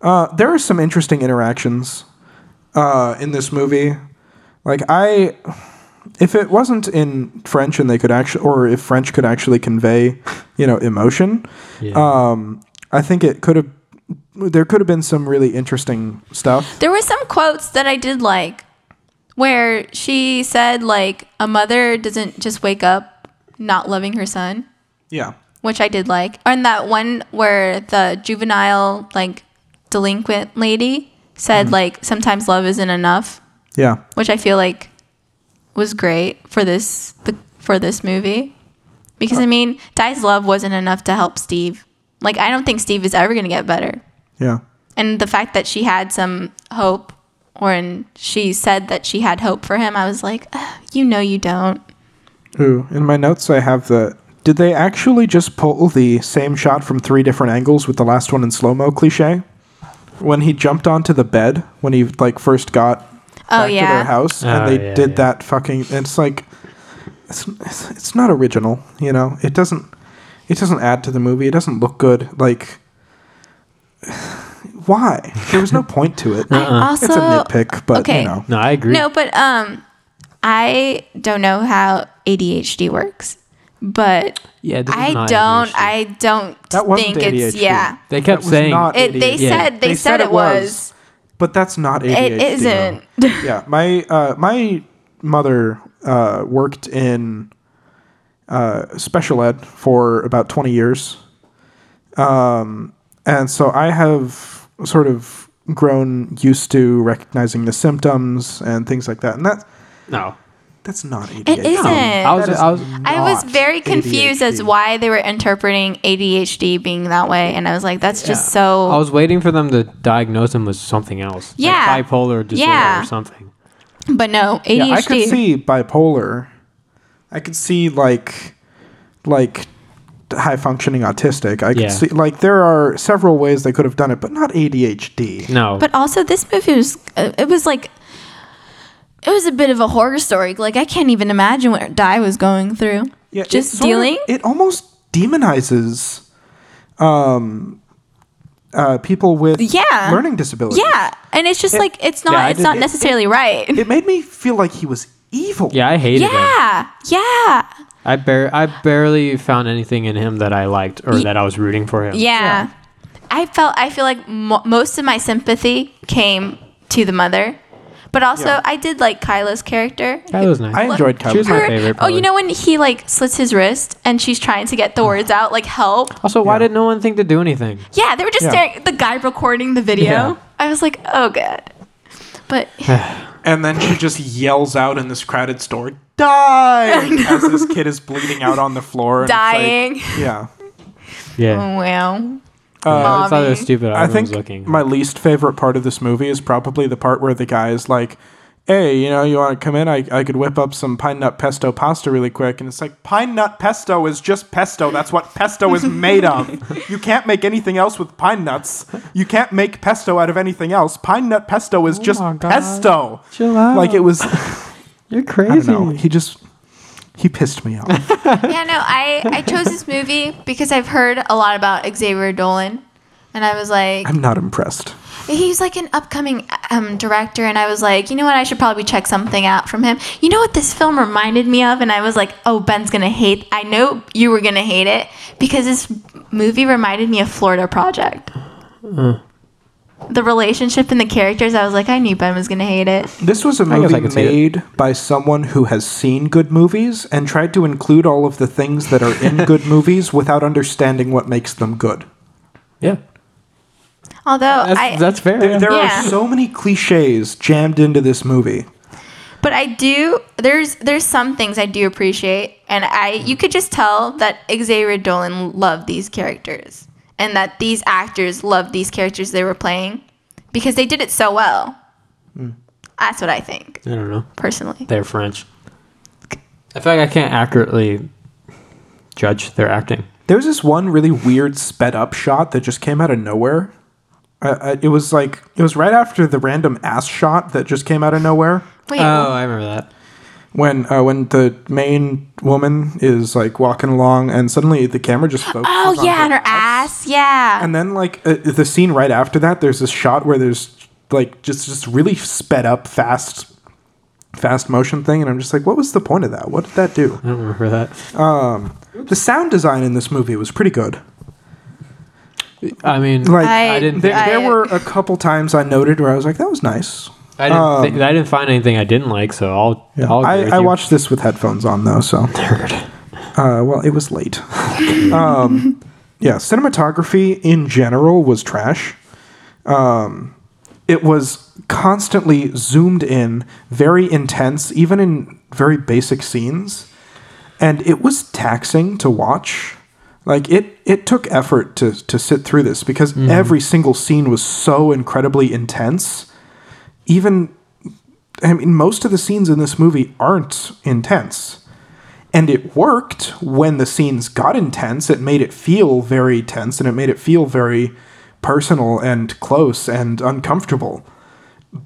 C: Uh, there are some interesting interactions uh, in this movie. Like, I. If it wasn't in French and they could actually, or if French could actually convey, you know, emotion, um, I think it could have, there could have been some really interesting stuff.
B: There were some quotes that I did like, where she said like a mother doesn't just wake up not loving her son.
C: Yeah.
B: which I did like. And that one where the juvenile, like, delinquent lady said, like, sometimes love isn't enough,
C: Yeah.
B: which I feel like was great for this the, for this movie. Because I mean, Di's love wasn't enough to help Steve. Like, I don't think Steve is ever gonna get better.
C: Yeah.
B: And the fact that she had some hope, or and she said that she had hope for him, I was like, "Ugh, you know, you don't.
C: Ooh, in my notes I have the. Did they actually just pull the same shot from three different angles with the last one in slow mo cliche? When he jumped onto the bed when he like first got
B: Oh
C: back to their
B: yeah,
C: house,
A: Oh,
C: and they
A: yeah,
C: did
A: yeah.
C: that fucking. It's like, it's, it's it's not original, you know. It doesn't it doesn't add to the movie. It doesn't look good. Like, why? There was no point to it.
B: also
C: It's a nitpick, but
B: okay.
C: you know.
A: no, I agree.
B: No, but um, I don't know how ADHD works, but
A: yeah, this is
B: I
A: not
B: don't.
A: ADHD.
B: I don't
C: That wasn't
B: think it's
C: ADHD.
B: yeah.
A: They kept
C: That was
A: saying
C: not
B: It, they
C: ADHD.
B: said they, said, it was.
C: but that's not ADHD.
B: It isn't.
C: though. yeah, my uh, my mother uh, worked in uh, special ed for about twenty years, um, and so I have sort of grown used to recognizing the symptoms and things like that, and that
A: no.
C: that's not ADHD.
B: It isn't.
A: I was.
C: That is
A: I was.
B: I was
C: not
B: very confused as
C: ADHD.
B: why they were interpreting ADHD being that way, and I was like, that's just
A: yeah.
B: so.
A: I was waiting for them to diagnose him with something else. like
B: Yeah.
A: bipolar disorder
B: Yeah.
A: or something.
B: but no, ADHD.
C: Yeah, I could see bipolar. I could see like like high functioning autistic. I could
A: Yeah.
C: see like there are several ways they could have done it, but not ADHD.
A: No.
B: But also, this movie was uh, it was like it was a bit of a horror story. Like I can't even imagine what Di was going through.
C: Yeah, it
B: just
C: sort of-
B: dealing.
C: it almost demonizes um uh, people with
B: Yeah.
C: learning disabilities.
B: Yeah, and it's just like it's not
A: I
B: it's
A: did-
B: not
A: it-
B: necessarily right.
C: It made me feel like he was evil.
A: Yeah, I hated him.
B: yeah, yeah,
A: I bar- I barely found anything in him that I liked or that I was rooting for him.
B: yeah. I felt I feel like mo- most of my sympathy came to the mother, but also
C: Yeah.
B: I did like Kylo's character.
A: that was nice.
C: I enjoyed
A: She was
C: Kylo.
A: my
B: Her-
A: favorite.
B: oh, you
A: probably.
B: know when he like slits his wrist and she's trying to
A: Oh.
B: get the words out, like help.
A: Also, why
C: Yeah.
A: did no one think to do anything?
B: Yeah, they were just
C: Yeah.
B: staring at the guy recording the video.
A: Yeah.
B: I was like, oh god. But
C: And then she just yells out in this crowded store, "Die!" as this kid is bleeding out on the floor, and it's like-
B: dying.
C: yeah.
A: Yeah.
B: Oh, wow.
A: I just thought it
B: Oh, Mommy.
A: was stupid.
C: I
A: I
C: think
A: was looking.
C: my least favorite part of this movie is probably the part where the guy is like, "Hey, you know, you want to come in? I, I could whip up some pine nut pesto pasta really quick." And it's like, "Pine nut pesto is just pesto. That's what pesto is made of. You can't make anything else with pine nuts. You can't make pesto out of anything else. Pine nut pesto is just
A: Oh my God.
C: pesto."
A: Chill out.
C: Like it was,
A: You're
C: I don't
A: crazy.
C: know. He just he pissed me off.
B: Yeah, no, I, I chose this movie because I've heard a lot about Xavier Dolan. And I was like,
C: I'm not impressed.
B: he's like an upcoming um, director. And I was like, you know what? I should probably check something out from him. You know what this film reminded me of? And I was like, oh, Ben's going to hate. I know you were going to hate it because this movie reminded me of Florida Project.
A: Uh.
B: The relationship and the characters, I was like, I knew Ben was going to hate it.
C: This was a
A: guess
C: movie
A: I can see it.
C: made by someone who has seen good movies and tried to include all of the things that are in good movies without understanding what makes them good.
A: Yeah.
B: Although,
A: That's,
B: I,
A: that's fair.
C: There, there
B: Yeah.
C: are so many cliches jammed into this movie.
B: But I do there's there's some things I do appreciate and I you could just tell that Xavier Dolan loved these characters and that these actors loved these characters they were playing because they did it so well. That's what I think
A: I don't know.
B: personally.
A: They're French. I feel like I can't accurately judge their acting.
C: There's this one really weird sped up shot that just came out of nowhere. Uh, uh, it was like it was right after the random ass shot that just came out of nowhere.
B: Wait,
A: Oh, I remember that.
C: When uh, when the main woman is like walking along and suddenly the camera just focuses
B: oh
C: on
B: yeah, and her ass, yeah.
C: And then like uh, the scene right after that, there's this shot where there's like just just really sped up, fast, fast motion thing, and I'm just like, what was the point of that? What did that do?
A: I don't remember that.
C: The sound design in this movie was pretty good.
A: I mean,
C: Like
A: I,
B: I-
A: didn't.
C: there,
A: Think,
C: there
B: I-
C: were a couple times I noted where I was like, that was nice.
A: I didn't. think, I didn't find anything I didn't like. So I'll.
C: Um, Yeah.
A: I'll agree
C: I,
A: with
C: I
A: you.
C: watched this with headphones on though, so Uh, well, it was late. um, yeah, cinematography in general was trash. Um, it was constantly zoomed in, very intense, even in very basic scenes, and it was taxing to watch. Like it, it took effort to to sit through this because every single scene was so incredibly intense. Even, I mean, most of the scenes in this movie aren't intense. And it worked when the scenes got intense. It made it feel very tense and it made it feel very personal and close and uncomfortable.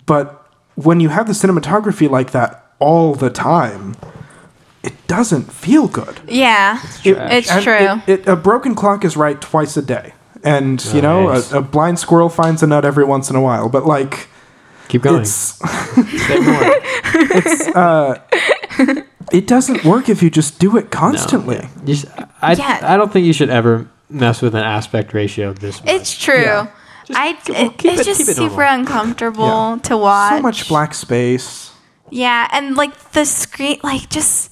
C: But when you have the cinematography like that all the time, it doesn't feel good.
B: yeah.
C: It-
B: It's
C: and
B: true.
C: It, it- a broken clock is right twice a day. And, you know,
A: Nice.
C: a, a blind squirrel finds a nut every once in a while. But, like,
A: Keep going.
C: it's.
A: Say more.
C: It doesn't work if you just do it constantly.
A: You sh- I,
B: Yeah.
A: I don't think you should ever mess with an aspect ratio of this. much.
B: it's true. I it,
A: keep
B: it's
A: it-
B: just
A: keep it
B: super
A: normal.
B: uncomfortable
C: Yeah.
B: to watch.
C: So much black space.
B: Yeah, and like the screen, like just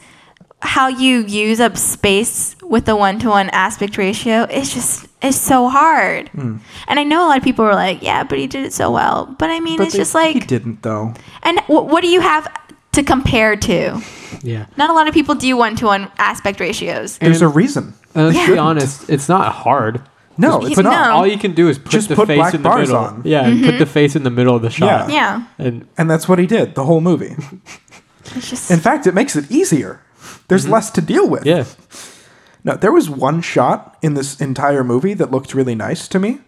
B: how you use up space with the one to one aspect ratio is just it's so hard.
C: Hmm.
B: And I know a lot of people were like, "Yeah, but he did it so well." But I mean,
C: But
B: it's
C: they-
B: just
C: he
B: like,
C: didn't though.
B: and w- what do you have to compare to?
A: yeah.
B: Not a lot of people do one to one aspect ratios.
C: There's a reason.
A: And let's be
B: Yeah. Um,
A: honest, it's not hard.
C: No,
B: Just
C: it's
B: put
C: not.
B: No.
A: All you can do is put
C: Just
A: the
C: put
A: face
C: black
A: in the
C: bars
A: middle.
C: on.
A: Yeah, and put the face in the middle of the shot.
B: Mm-hmm. Yeah,
A: And
C: And that's what he did the whole movie.
B: it's just
C: In fact, it makes it easier. There's less to deal with.
A: yeah,
C: No, there was one shot in this entire movie that looked really nice to me.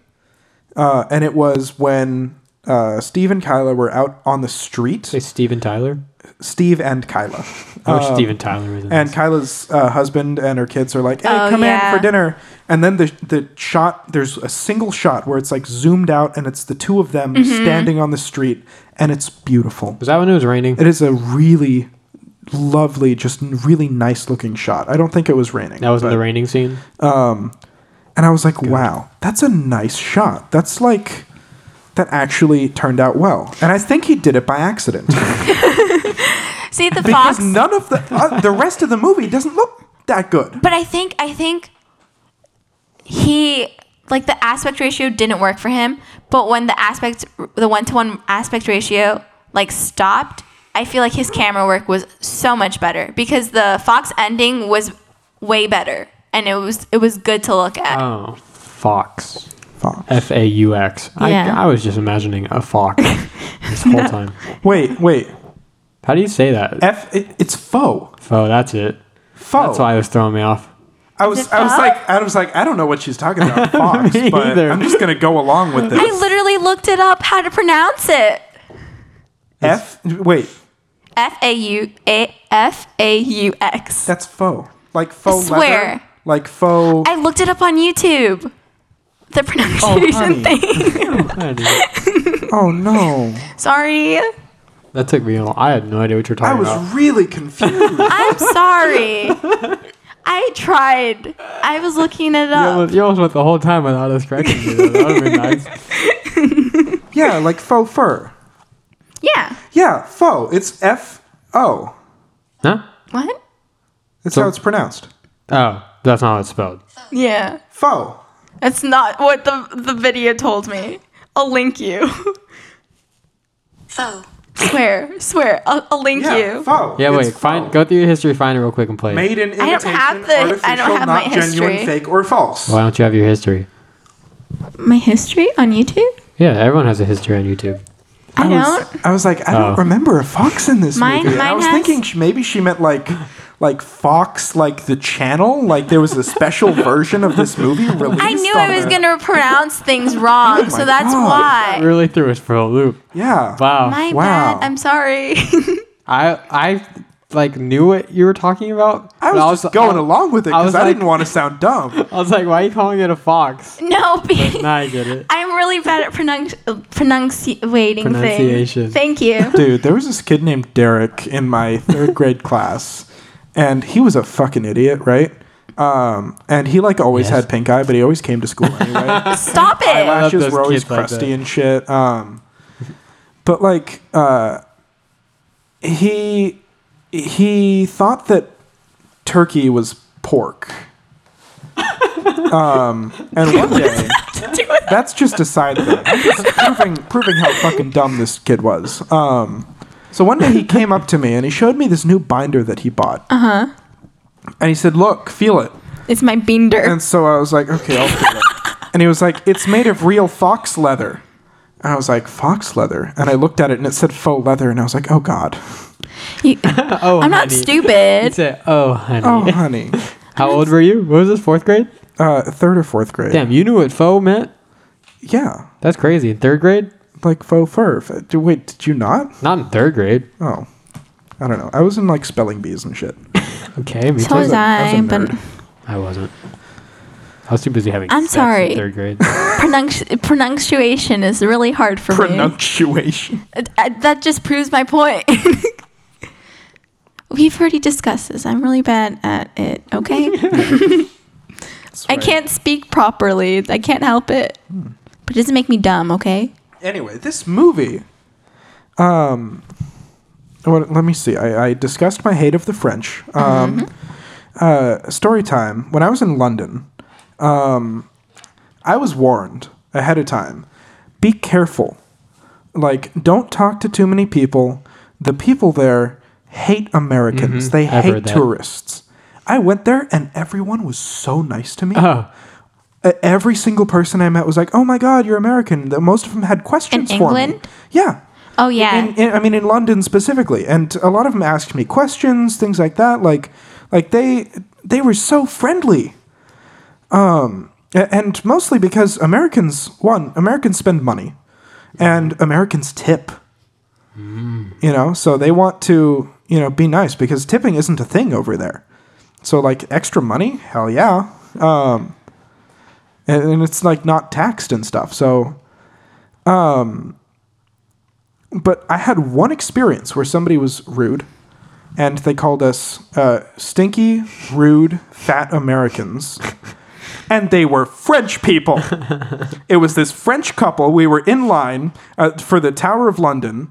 C: Uh, and it was when uh, Steve and Kyla were out on the street.
A: say Steven Tyler.
C: Steve and Kyla.
A: I wish Steven Tyler was in
C: Um, And
A: this.
C: Kyla's uh, husband and her kids are like, "Hey,
B: Oh,
C: come
B: yeah.
C: in for dinner." And then the the shot there's a single shot where it's like zoomed out and it's the two of them
B: Mm-hmm.
C: standing on the street and it's beautiful.
A: was that when it was raining?
C: It is a really lovely, just n- really nice looking shot. I don't think it was raining.
A: That wasn't
C: but-
A: the raining scene.
C: And I was like, "Wow, that's a nice shot. That's like." That actually turned out well, and I think he did it by accident.
B: See the
C: because
B: fox.
C: none of the uh, the rest of the movie doesn't look that good.
B: But I think I think he like the aspect ratio didn't work for him. But when the aspect the one to one aspect ratio like stopped, I feel like his camera work was so much better because the fox ending was way better and it was it was good to look at.
A: Oh, fox.
C: Fox.
A: F A U X. I
B: Yeah.
A: I was just imagining a fox this whole time.
C: Wait, wait.
A: How do you say that?
C: F. It, it's faux.
A: oh, that's it.
C: Faux.
A: That's why it was throwing me off.
C: I was.
B: it
C: I was
B: faux?
C: like. I was like. I don't know what she's talking about. Fox.
A: Me
C: but
A: either.
C: I'm just gonna go along with
B: I
C: this.
B: literally looked it up how to pronounce it.
C: F. Wait.
B: F A U A F A U X.
C: That's faux. Like faux.
B: swear.
C: Leather, like faux.
B: I looked it up on YouTube. The pronunciation
C: honey.
B: thing.
C: oh no.
B: Sorry.
A: That took me a long. I had no idea what you're
C: I
A: talking
C: was
A: about.
C: really confused.
B: I'm sorry. I tried. I was looking it
A: You
B: up.
A: almost, you almost went the whole time without us correcting you. Though. That would have been nice.
C: yeah. Like faux fur.
B: Yeah.
C: Yeah. Faux. It's F. O.
A: Huh?
B: What?
C: That's
A: So-
C: how it's pronounced.
A: Oh, that's not how it's spelled.
B: Yeah.
C: Faux.
B: That's not what the the video told me. I'll link you.
K: Foe.
B: swear, swear. I'll, I'll link
C: Yeah.
B: you.
C: Faux.
A: Yeah,
C: It's
A: wait. Find
C: faux.
A: go through your history, find it real quick, and play. it.
C: Made in
B: don't
C: imitation,
B: have the- I don't
C: artificial,
B: have
C: not
B: my
C: genuine,
B: history.
C: fake or false.
A: Why don't you have your history?
B: My history on YouTube?
A: Yeah, everyone has a history on YouTube.
B: I,
C: was-
B: don't.
C: I was like, I
A: Oh.
C: don't remember a fox in this
B: Mine-
C: movie. And I
B: mine
C: was
B: has-
C: thinking she, maybe she meant like, like Fox, like the channel, like there was a special version of this movie released.
B: I knew
C: on
B: I was
C: a-
B: gonna pronounce things
A: Oh
B: wrong, so
C: my
B: that's
C: God.
B: why.
A: Really threw us for a loop.
C: Yeah.
A: Wow.
B: My
C: Wow.
B: bad. I'm sorry.
A: I I like knew what you were talking about.
C: I
A: but
C: was, just going along with it
A: I
C: because
A: was
C: I,
A: like-
C: didn't want to sound dumb.
A: I was like, why are you calling it a fox?
B: no, be-
A: Now I get it.
B: I'm really bad at pronunci- uh, pronunciating
A: Pronunciation.
B: things. Thank you.
C: Dude, there was this kid named Derek in my third grade class, and he was a fucking idiot, right? Um, and he like always
A: Yes.
C: had pink eye, but he always came to school anyway.
B: Stop it.
A: love
C: eyelashes
A: those
C: were always
A: kids like
C: crusty
A: that.
C: and shit. Um, but like, uh, he he thought that turkey was pork. um, and one day, that's just a side thing. I'm just proving proving how fucking dumb this kid was. Um, so one day he came up to me and he showed me this new binder that he bought. Uh huh.
A: Uh-huh.
C: And he said, "Look, feel it."
B: It's my beander.
C: And so I was like, okay, I'll feel it. and he was like, it's made of real fox leather. And I was like, fox leather. And I looked at it and it said faux leather. And I was like, oh God.
B: You-
A: Oh,
B: I'm not
A: honey.
B: stupid.
A: It's a- oh, honey.
C: Oh, honey.
A: How old were you? What was this, fourth grade?
C: Uh, third or fourth grade.
A: Damn, you knew what faux meant?
C: Yeah.
A: That's crazy. In third grade?
C: Like faux fur. F- d- Wait, did you not?
A: Not in third grade.
C: Oh. I don't know. I was in like spelling bees and shit.
A: Okay, me
B: So
A: too.
B: was
C: I
B: I,
C: was a
B: but
C: nerd.
A: I wasn't. I was too busy having
B: I'm
A: sex
B: sorry.
A: in third grade.
B: pronunci- pronunciation is really hard for me.
C: Pronunciation.
B: Uh, uh, That just proves my point. We've already discussed this. I'm really bad at it, okay? I can't speak properly. I can't help it.
C: Hmm.
B: But it doesn't make me dumb, okay?
C: Anyway, this movie. Um, well, let me see. I, I discussed my hate of the French.
A: Mm-hmm.
C: Um, uh, story time. When I was in London, um, I was warned ahead of time. Be careful. Like, don't talk to too many people. The people there hate Americans. They
A: Mm-hmm. I've heard
C: hate
A: that.
C: tourists. I went there and everyone was so nice to me.
A: Oh,
C: Uh, every single person I met was like, "Oh my God, you're American." The, most of them had questions for me.
B: England?
C: Yeah.
B: Oh, yeah.
C: In, in, I mean, in London specifically, and a lot of them asked me questions, things like that. Like, like they they were so friendly. Um, a- and mostly because Americans, one, Americans spend money, and Americans tip. you know so they want to you know be nice because tipping isn't a thing over there so like extra money hell yeah um and, and it's like not taxed and stuff so um but i had one experience where somebody was rude and they called us uh, stinky rude fat americans and they were french people it was this French couple. We were in line uh, for the Tower of London,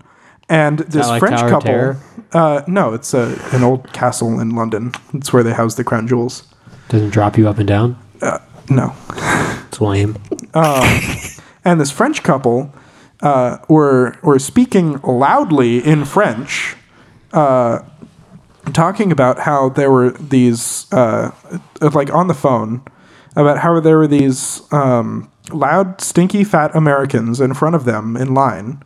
C: and this
A: like
C: French
A: Tower of
C: couple.
A: Terror?
C: Uh, no, it's a, an old castle in London. It's where they house the crown jewels.
A: Doesn't drop you up and down.
C: No,
A: It's lame.
C: and this French couple uh, were were speaking loudly in French, uh, talking about how there were these uh, uh, like on the phone about how there were these um, loud, stinky, fat Americans in front of them in line,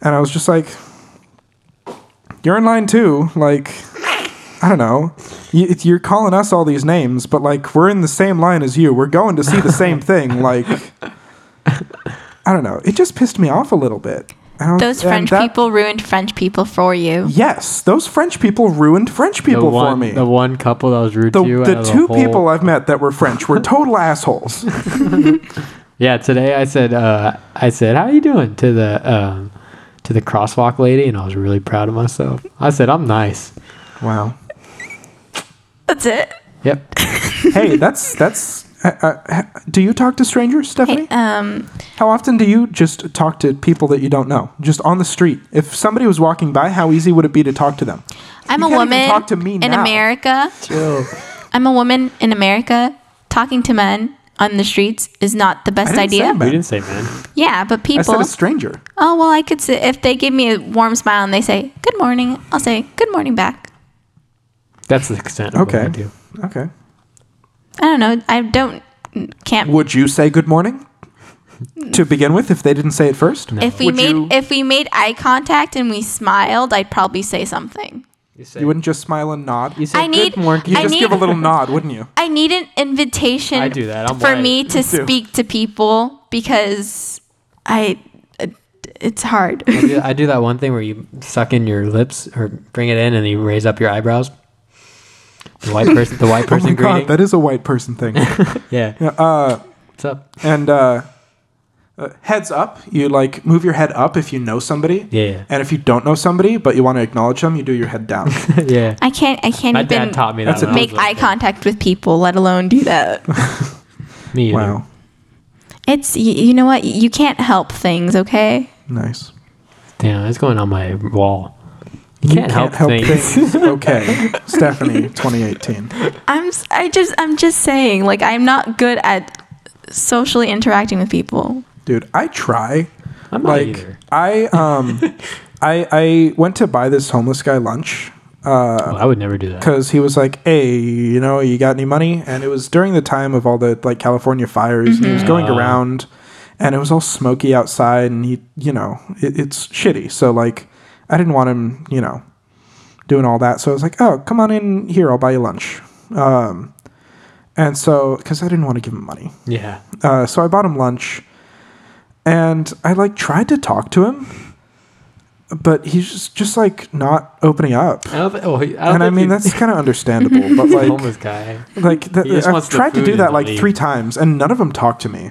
C: and I was just like, "You're in line too, like." I don't know. You, you're calling us all these names, but like we're in the same line as you. We're going to see the same thing. Like, I don't know. It just pissed me off a little bit. And I was-
B: Those
C: and
B: French
C: that-
B: people ruined French people for you.
C: Yes, those French people ruined French people
A: the one,
C: for me.
A: The
C: The,
A: one couple that was rude to you.
C: the,
A: out of
C: two
A: whole-
C: people I've met that were French were total assholes.
A: Yeah, today I said, uh, I said, "How you doing?" to the um, to the crosswalk lady, and I was really proud of myself. I said, "I'm nice."
C: Wow.
B: That's it.
A: Yep.
C: Hey, that's that's. Uh, uh, do you talk to strangers, Stephanie?
B: Um,
C: How often do you just talk to people that you don't know, just on the street? If somebody was walking by, how easy would it be to talk to them?
B: I'm
C: You
B: a
C: can't even
B: woman
C: talk to me
B: in
C: now.
B: America.
A: Chill.
B: I'm a woman in America. Talking to men on the streets is not the best
C: didn't say
B: idea.
A: We didn't say man.
B: Yeah, but
C: I said
B: people.
C: a stranger.
B: Oh well, I could say if they give me a warm smile and they say good morning, I'll say good morning back.
A: That's the extent. Of
C: Okay.
A: What I do.
C: Okay.
B: I don't know. I don't can't.
C: Would you say good morning to begin with if they didn't say it first?
B: if we
C: Would
B: made
C: you-
B: if we made eye contact and we smiled, I'd probably say something.
A: You, say,
C: You wouldn't just smile and nod. You
A: say,
B: I need-
A: Good morning.
B: I
C: just
B: need-
C: give a little nod, wouldn't you?
B: I need an invitation
A: I do that. I'm
B: for
A: white.
B: me
C: too.
B: to speak to people because I it- it's hard.
A: I do, I do that one thing where you suck in your lips or bring it in, and you raise up your eyebrows. The white person. The white
C: Oh
A: person
C: my
A: greeting.
C: god, that is a white person thing.
A: yeah.
C: Yeah, uh,
A: What's up?
C: and uh, uh, heads up, you like move your head up if you know somebody.
A: Yeah, yeah.
C: And if you don't know somebody but you want to acknowledge them, you do your head down.
A: yeah.
B: I can't I can't
A: My
B: even
A: dad taught me that.
C: That's
A: when I
B: make
A: was
B: eye
A: little.
B: contact with people, let alone do that.
A: Me either.
C: wow,
B: it's you, you know what you can't help things. Okay,
C: nice.
A: Damn, it's going on my wall. You can't, help, things.
C: okay, Stephanie, 2018.
B: I'm s- I just I'm just saying like I'm not good at socially interacting with people.
C: Dude, I try.
A: I'm not
C: like
A: either.
C: I um, I I went to buy this homeless guy lunch
A: Well, I would never do that.
C: because he was like, "Hey, you know, you got any money?" And it was during the time of all the like California fires, and he was going around, and it was all smoky outside, and he, you know, it, it's shitty. So like, I didn't want him, you know, doing all that. So I was like, "Oh, come on in here, I'll buy you lunch." Um, and so because I didn't want to give him money,
A: Yeah.
C: uh, so I bought him lunch, and I like tried to talk to him. But he's just, just like not opening up
A: I don't, thi- oh, I don't
C: and I
A: think
C: mean
A: you-
C: that's kind of understandable, but
A: the
C: like,
A: homeless guy.
C: like that,
A: He just
C: I've
A: wants the
C: tried to
A: food
C: do
A: and
C: that
A: to
C: like
A: leave.
C: three times, and none of them talk to me.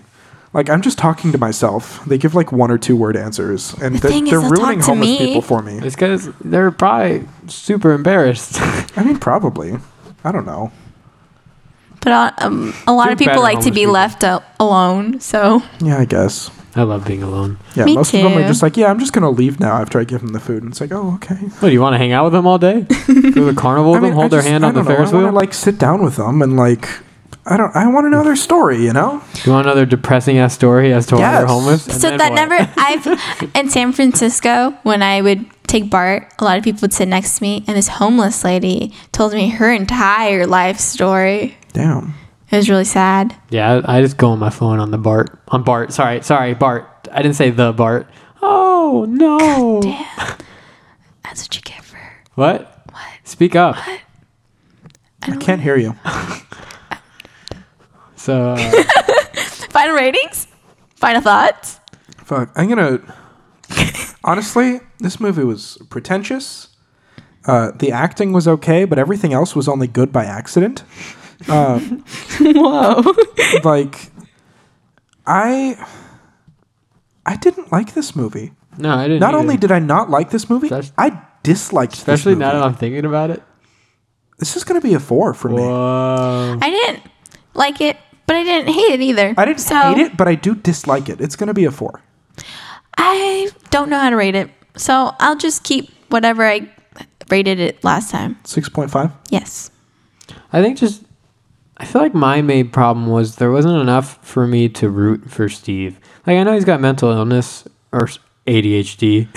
C: Like I'm just talking to myself. They give like one or two word answers, and
B: The
C: they're,
B: thing is,
C: they're
B: they'll
C: ruining
B: talk to
C: homeless
B: me.
C: people for me.
A: It's because they're probably super embarrassed.
C: I mean, probably. I don't know.
B: But uh, um, a lot
A: You're
B: of people
A: better
B: like to
A: homeless
B: be
A: people.
B: left a- alone. So
C: Yeah, I guess.
A: I love being alone.
C: Yeah,
B: Me
C: most of them are
B: too.
C: just like, yeah, I'm just gonna leave now after I give them the food, and it's like, oh, okay.
A: What do you want to hang out with them all day? Go to the carnival
C: I
A: with
C: mean,
A: them,
C: I
A: hold
C: just-
A: their hand
C: I
A: on the
C: don't know.
A: Ferris
C: I wanna,
A: wheel.
C: like sit down with them and like, I don't. I want to know their story. You know.
A: you want another depressing ass story as to why
C: Yes.
A: they're homeless? And
B: so
A: then
B: that
A: what?
B: never I've in San Francisco when I would take BART, a lot of people would sit next to me, and this homeless lady told me her entire life story.
C: Damn.
B: It was really sad.
A: Yeah, I, I just go on my phone on the Bart. On Bart. Sorry, sorry, Bart. I didn't say the Bart. Oh no!
B: Damn, that's what you get for.
A: What? What? Speak up.
C: I can't hear you.
A: So uh,
B: Final ratings. Final thoughts.
C: Fuck. I'm gonna. Honestly, this movie was pretentious. Uh, the acting was okay, but everything else was only good by accident. Um,
G: Whoa.
C: like, I, I didn't like this movie.
A: No, I didn't.
C: Not
A: either.
C: only did I not like this movie,
A: Especially-
C: I disliked.
A: especially
C: this
A: now
C: movie.
A: that I'm thinking about it.
C: This is going to be a four for me.
A: Whoa.
B: I didn't like it, but I didn't hate it either.
C: I didn't
B: So,
C: hate it, but I do dislike it. It's going to be a four.
B: I don't know how to rate it, so I'll just keep whatever I rated it last time.
C: Six point five.
B: Yes.
A: I think just I feel like my main problem was there wasn't enough for me to root for Steve. Like I know he's got mental illness or s- ADHD,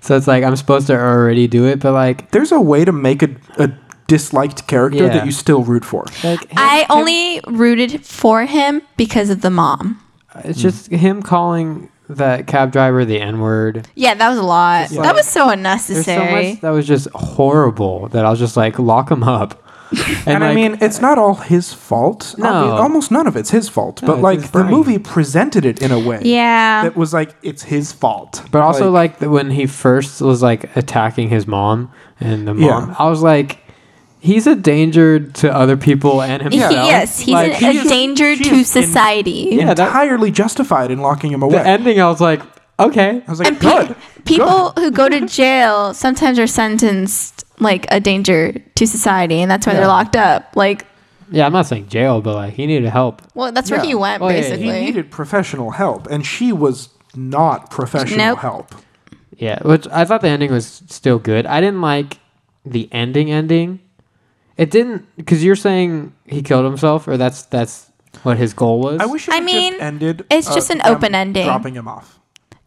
A: so it's like I'm supposed to already do it, but like
C: There's a way to make a, a disliked character
A: Yeah.
C: that you still root for.
A: like him-
B: I only rooted for him because of the mom.
A: it's just him calling that cab driver the N word.
B: Yeah, that was a lot.
A: Yeah.
B: That was so
A: There's so
B: unnecessary.
A: much that was just horrible that I was just like lock him up.
C: And, I
A: like,
C: mean, it's not all his fault.
A: No.
C: Obvi- almost none of it's his fault.
A: it's
C: but
A: his
C: like the
A: brain.
C: movie presented it in a way
B: yeah.
C: that was like it's his fault.
A: But also, like, the- when he first was like attacking his mom and the mom,
C: Yeah.
A: I was like, he's a danger to other people and himself.
B: yes, he's
A: Like,
B: an, a
C: is-
B: danger
C: she
B: to
C: is in-
B: society.
A: yeah, that-
C: entirely justified in locking him away.
A: the ending, I was like, okay,
C: I was like,
B: Pe-
C: good.
B: People who go to jail sometimes are sentenced like a danger to society, and that's why
A: Yeah.
B: they're locked up. Like,
A: yeah, I'm not saying jail, but like, he needed help.
B: well, that's where
C: Yeah.
B: he went,
A: Oh, yeah, yeah, yeah.
B: basically.
C: He needed professional help, and she was not professional
B: Nope.
C: help.
A: Yeah, which I thought the ending was still good. I didn't like the ending. Ending, it didn't because you're saying he killed himself, or that's that's what his goal was.
C: I wish it
B: I
C: had
B: mean,
C: just ended. uh,
B: it's just an
C: them
B: open ending.
C: Dropping him off.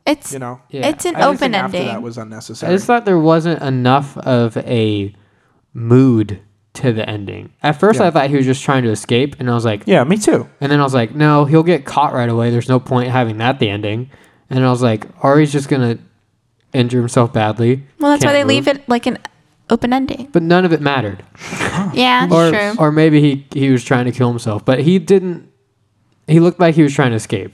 B: it's
C: You know,
A: Yeah.
B: it's an
A: I just
C: Everything
B: open
C: after
B: ending.
C: that was
A: I
C: unnecessary.
A: just thought there wasn't enough of a mood to the ending. At first, I
C: Yeah.
A: thought he was just trying to escape, and I was like,
C: yeah, me too.
A: and then I was like, no, he'll get caught right away. There's no point having that the ending. And I was like, Ari's just gonna injure himself badly.
B: well, that's why they
A: Can't
B: leave
A: move.
B: it like an open ending.
A: But none of it mattered.
B: Yeah,
A: Or
B: true.
A: or maybe he he was trying to kill himself, but he didn't. He looked like he was trying to escape.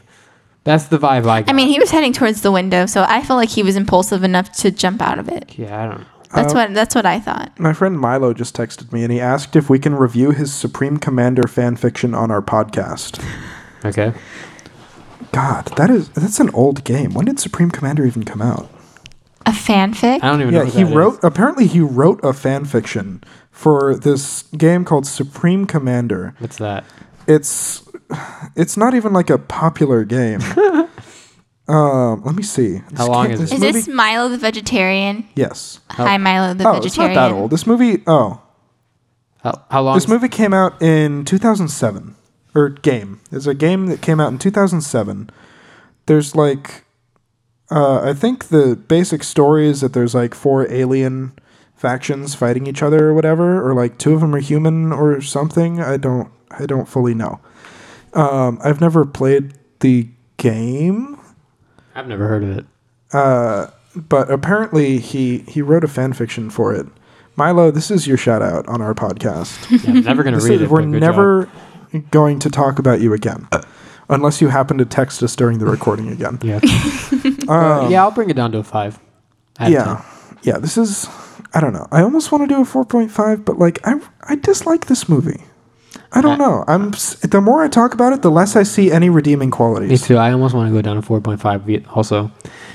A: That's the vibe I got.
B: I mean, he was heading towards the window, so I felt like he was impulsive enough to jump out of it.
A: yeah, I don't. know.
C: Oh.
B: That's what that's what I thought.
C: My friend Milo just texted me, and he asked if we can review his Supreme Commander fan fiction on our podcast.
A: Okay,
C: God, that is that's an old game. When did Supreme Commander even come out?
B: A fanfic.
A: I don't even know.
C: Yeah,
A: what
C: he
A: that is.
C: wrote. Apparently, he wrote a fan fiction for this game called Supreme Commander.
A: What's that?
C: It's it's not even like a popular game. um, let me see. This
A: long
C: ca-
A: is
B: Is
C: movie-
B: this Milo the vegetarian?
C: Yes.
B: Hi, Milo the
C: Oh, it's not
B: vegetarian.
C: that old. This movie. Oh,
A: How, how long?
C: This movie came out in 2007, or game. It's a game that came out in 2007. There's like, uh, I think the basic story is that there's like four alien factions fighting each other or whatever, or like two of them are human or something. I don't, I don't fully know. Um, I've never played the game,
A: I've never heard of it.
C: but apparently he he wrote a fan fiction for it. Milo, this is your shout out on our podcast.
A: Yeah, I'm never gonna
C: This
A: read
C: is-
A: it.
C: we're
A: but good job.
C: never going to talk about you again, unless you happen to text us during the recording again.
A: Yeah.
C: Um,
A: yeah, I'll bring it down to a five. out of
C: yeah, yeah. This is. I don't know. I almost want to do a four point five, but like I, I dislike this movie. I don't
A: I-
C: know. I'm s- the more I talk about it, the less I see any redeeming
A: 10. Me
C: qualities.
A: too. I almost want to go down to 4.5 be- also.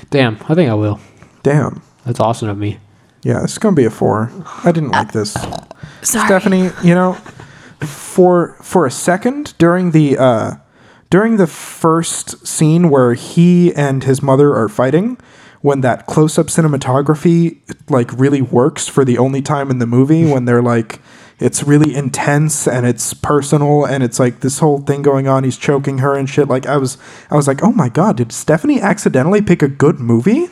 A: Damn, I think I will.
C: Damn.
A: That's awesome of me.
C: Yeah, this is gonna be a four. I didn't like this.
B: Sorry.
C: Stephanie, you know, for for a second during the uh, during the first scene where he and his mother are fighting, when that close up cinematography like really works for the only time in the movie when they're like it's really intense and it's personal and it's like this whole thing going on he's choking her and shit like i was i was like oh my god did stephanie accidentally pick a good movie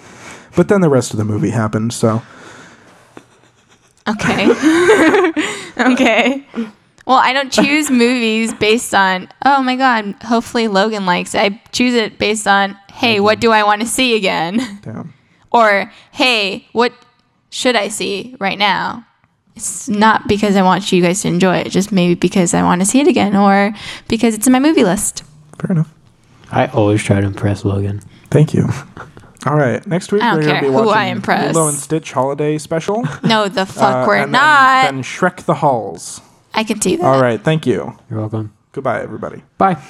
C: but then the rest of the movie happened so
B: Okay. okay. Well, I don't choose movies based on, oh my God, hopefully Logan likes it. I choose it based on, hey, what do I want to see again?
C: damn
B: Or, hey, what should I see right now? It's not because I want you guys to enjoy it, just maybe because I want to see it again or because it's in my movie list.
C: fair enough
A: I always try to impress Logan.
C: Thank you. All right. Next week
B: I don't
C: we're going to
B: care
C: be
B: who I
C: watching
B: impress.
C: Lilo and Stitch holiday special.
B: No, the
C: Uh,
B: fuck we're
C: and then-
B: not.
C: Then Shrek the Halls.
B: I can do that.
C: All right. Thank you.
A: You're welcome.
C: Goodbye, everybody.
A: Bye.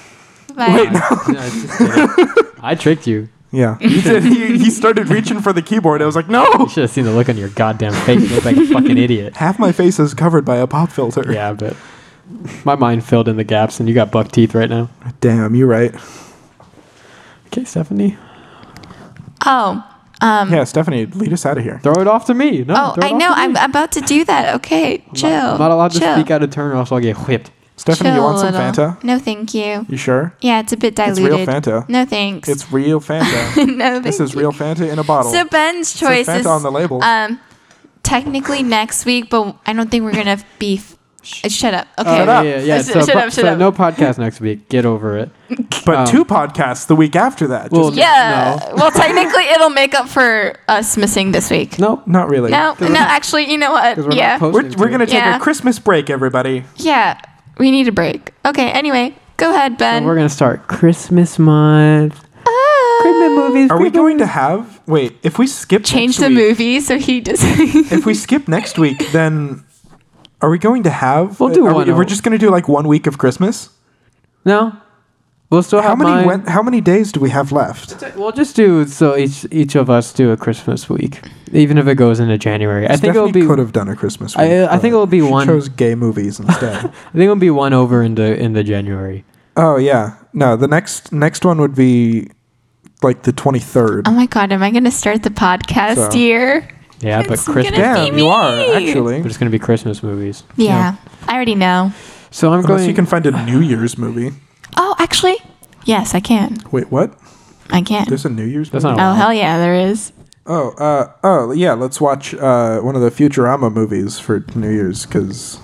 B: Bye.
A: No, I just kidding. I tricked you.
C: Yeah. He, did, he, he started reaching for the keyboard. I was like, no.
A: You should have seen the look on your goddamn face. You look like a fucking idiot.
C: Half my face is covered by a pop filter.
A: Yeah, but my mind filled in the gaps, and you got buck teeth right now.
C: Damn, you're right.
A: Okay, Stephanie,
B: Oh, um,
C: Yeah, Stephanie, lead us out of here.
A: throw it off to me. No,
B: oh,
A: throw it
B: I
A: off
B: know.
A: to me.
B: I'm about to do that. Okay, chill.
A: I'm not allowed to
B: chill.
A: speak out of turn, or else I'll get whipped.
C: Stephanie,
B: Chill
C: you
B: a
C: want some
B: little.
C: Fanta?
B: No, thank you.
C: You sure?
B: Yeah, it's a bit
C: It's
B: diluted.
C: real Fanta.
B: No, thanks.
C: It's real Fanta.
B: no, thank
C: this is
B: you.
C: real Fanta in a bottle.
B: So Ben's
C: says
B: choice
C: Fanta
B: is
C: on the label.
B: Um, technically next week, but I don't think we're gonna be. F- uh, shut up. Okay.
A: Yeah, yeah, yeah.
B: Shut
A: So,
B: up,
A: po-
B: shut
A: so
B: up.
A: no podcast next week. Get over it.
C: but
A: um,
C: two podcasts the week after that.
A: Well,
C: Just,
B: Yeah. Well, technically, it'll make up for us missing this week. No,
A: Nope.
C: not really.
B: no, actually, you know what?
A: 'Cause we're not
B: yeah.
A: post-
C: We're, we're going to take
B: Yeah.
C: a Christmas break, everybody.
B: yeah. We need a break. Okay. Anyway, go ahead, Ben.
A: We're gonna start Christmas month.
B: Ah.
A: Christmas movies.
C: Are we going to have. Wait, if we skip.
B: change
C: next
B: the
C: week-
B: movie so he just.
C: If we skip next week, then. Are we going to have? uh,
A: We'll do
C: are
A: one
C: We,
A: a-
C: we're just going to do like one week of Christmas.
A: No. We'll still
C: How
A: have
C: many
A: mine.
C: went, How many days do we have left?
A: We'll just do so each each of us do a Christmas week, even if it goes into January. I think it'll be.
C: could have done a Christmas.
A: I-
C: week,
A: I think
C: but
A: it'll be
C: she
A: one-
C: Chose gay movies instead.
A: I think it'll be one over into into January.
C: oh yeah, no. The next next one would be like the twenty third.
B: oh my God, am I going to start the podcast
C: So.
B: here?
A: Yeah, but
B: It's gonna
A: Christmas.
B: be-
C: Damn, you are actually.
A: But it's gonna be Christmas movies.
B: Yeah. I already know.
A: So I'm
C: Unless
A: going.
C: you can find a New Year's movie.
B: Oh, actually, yes, I can.
C: Wait, what?
B: I can.
C: There's a New Year's
A: That's
C: movie.
A: not-
B: oh, hell yeah, there is.
C: oh, uh, oh yeah. Let's watch uh, one of the Futurama movies for New Year's because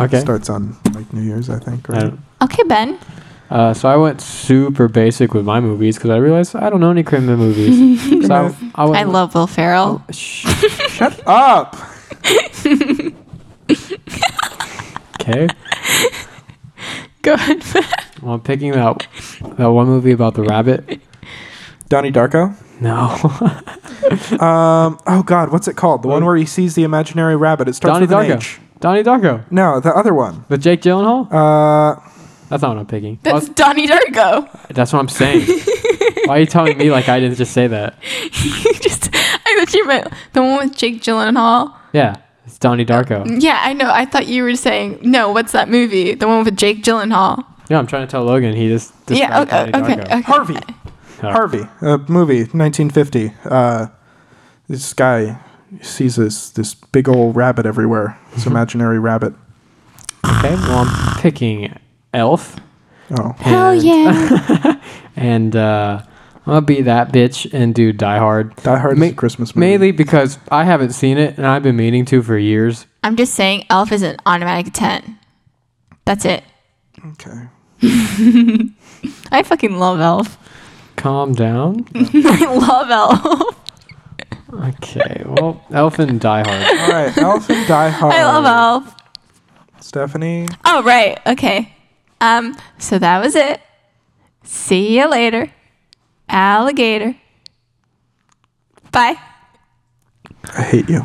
A: okay.
C: it starts on like New Year's, I think.
A: I
C: Right?
A: don't-
B: Okay, Ben.
A: Uh, so I went super basic with my movies because I realized I don't know any Christmas movies. so I, I, went, Oh,
B: I love Will Ferrell.
A: Shh. Uh,
C: Shut up.
A: Okay.
B: Go ahead.
A: Well, I'm picking that that one movie about the rabbit.
C: Donnie Darko.
A: No.
C: Um. Oh God, what's it called? The one where he sees the imaginary rabbit. It starts
A: Donnie
C: with an
A: Darko.
C: H.
A: Donnie Darko
C: No, the other one.
A: with Jake Gyllenhaal.
C: Uh.
A: That's not what I'm picking. I
B: That's
A: was-
B: Donnie Darko.
A: that's what I'm saying. Why are you telling me like I didn't just say that?
B: You just, I thought you meant the one with Jake Gyllenhaal.
A: Yeah, it's Donnie Darko.
B: Yeah, I know. I thought you were saying no. What's that movie? The one with Jake Gyllenhaal.
A: Yeah, I'm trying to tell Logan. He just
B: Yeah.
A: described
B: Okay.
A: Donnie
B: Okay.
A: Darko.
B: okay.
C: Harvey.
A: Oh.
C: Harvey, a movie, 1950. Uh, this guy sees this this big old rabbit everywhere.
A: Mm-hmm.
C: This imaginary rabbit.
A: Okay. Well, I'm picking Elf.
C: Oh,
B: Hell
A: and-
B: yeah!
A: And uh, I'm gonna be that bitch and do Die Hard.
C: Die Hard
A: Ma-
C: is a Christmas movie.
A: Mainly because I haven't seen it and I've been meaning to for years.
B: I'm just saying, Elf is an automatic ten. That's it.
C: Okay.
B: I fucking love Elf.
A: Calm down.
B: I love Elf.
A: Okay. Well, Elf and Die Hard.
C: All right. Elf and Die Hard.
B: I love Elf.
C: Stephanie.
B: Oh right. Okay. Um. So that was it. See you later, alligator. Bye.
C: I hate you.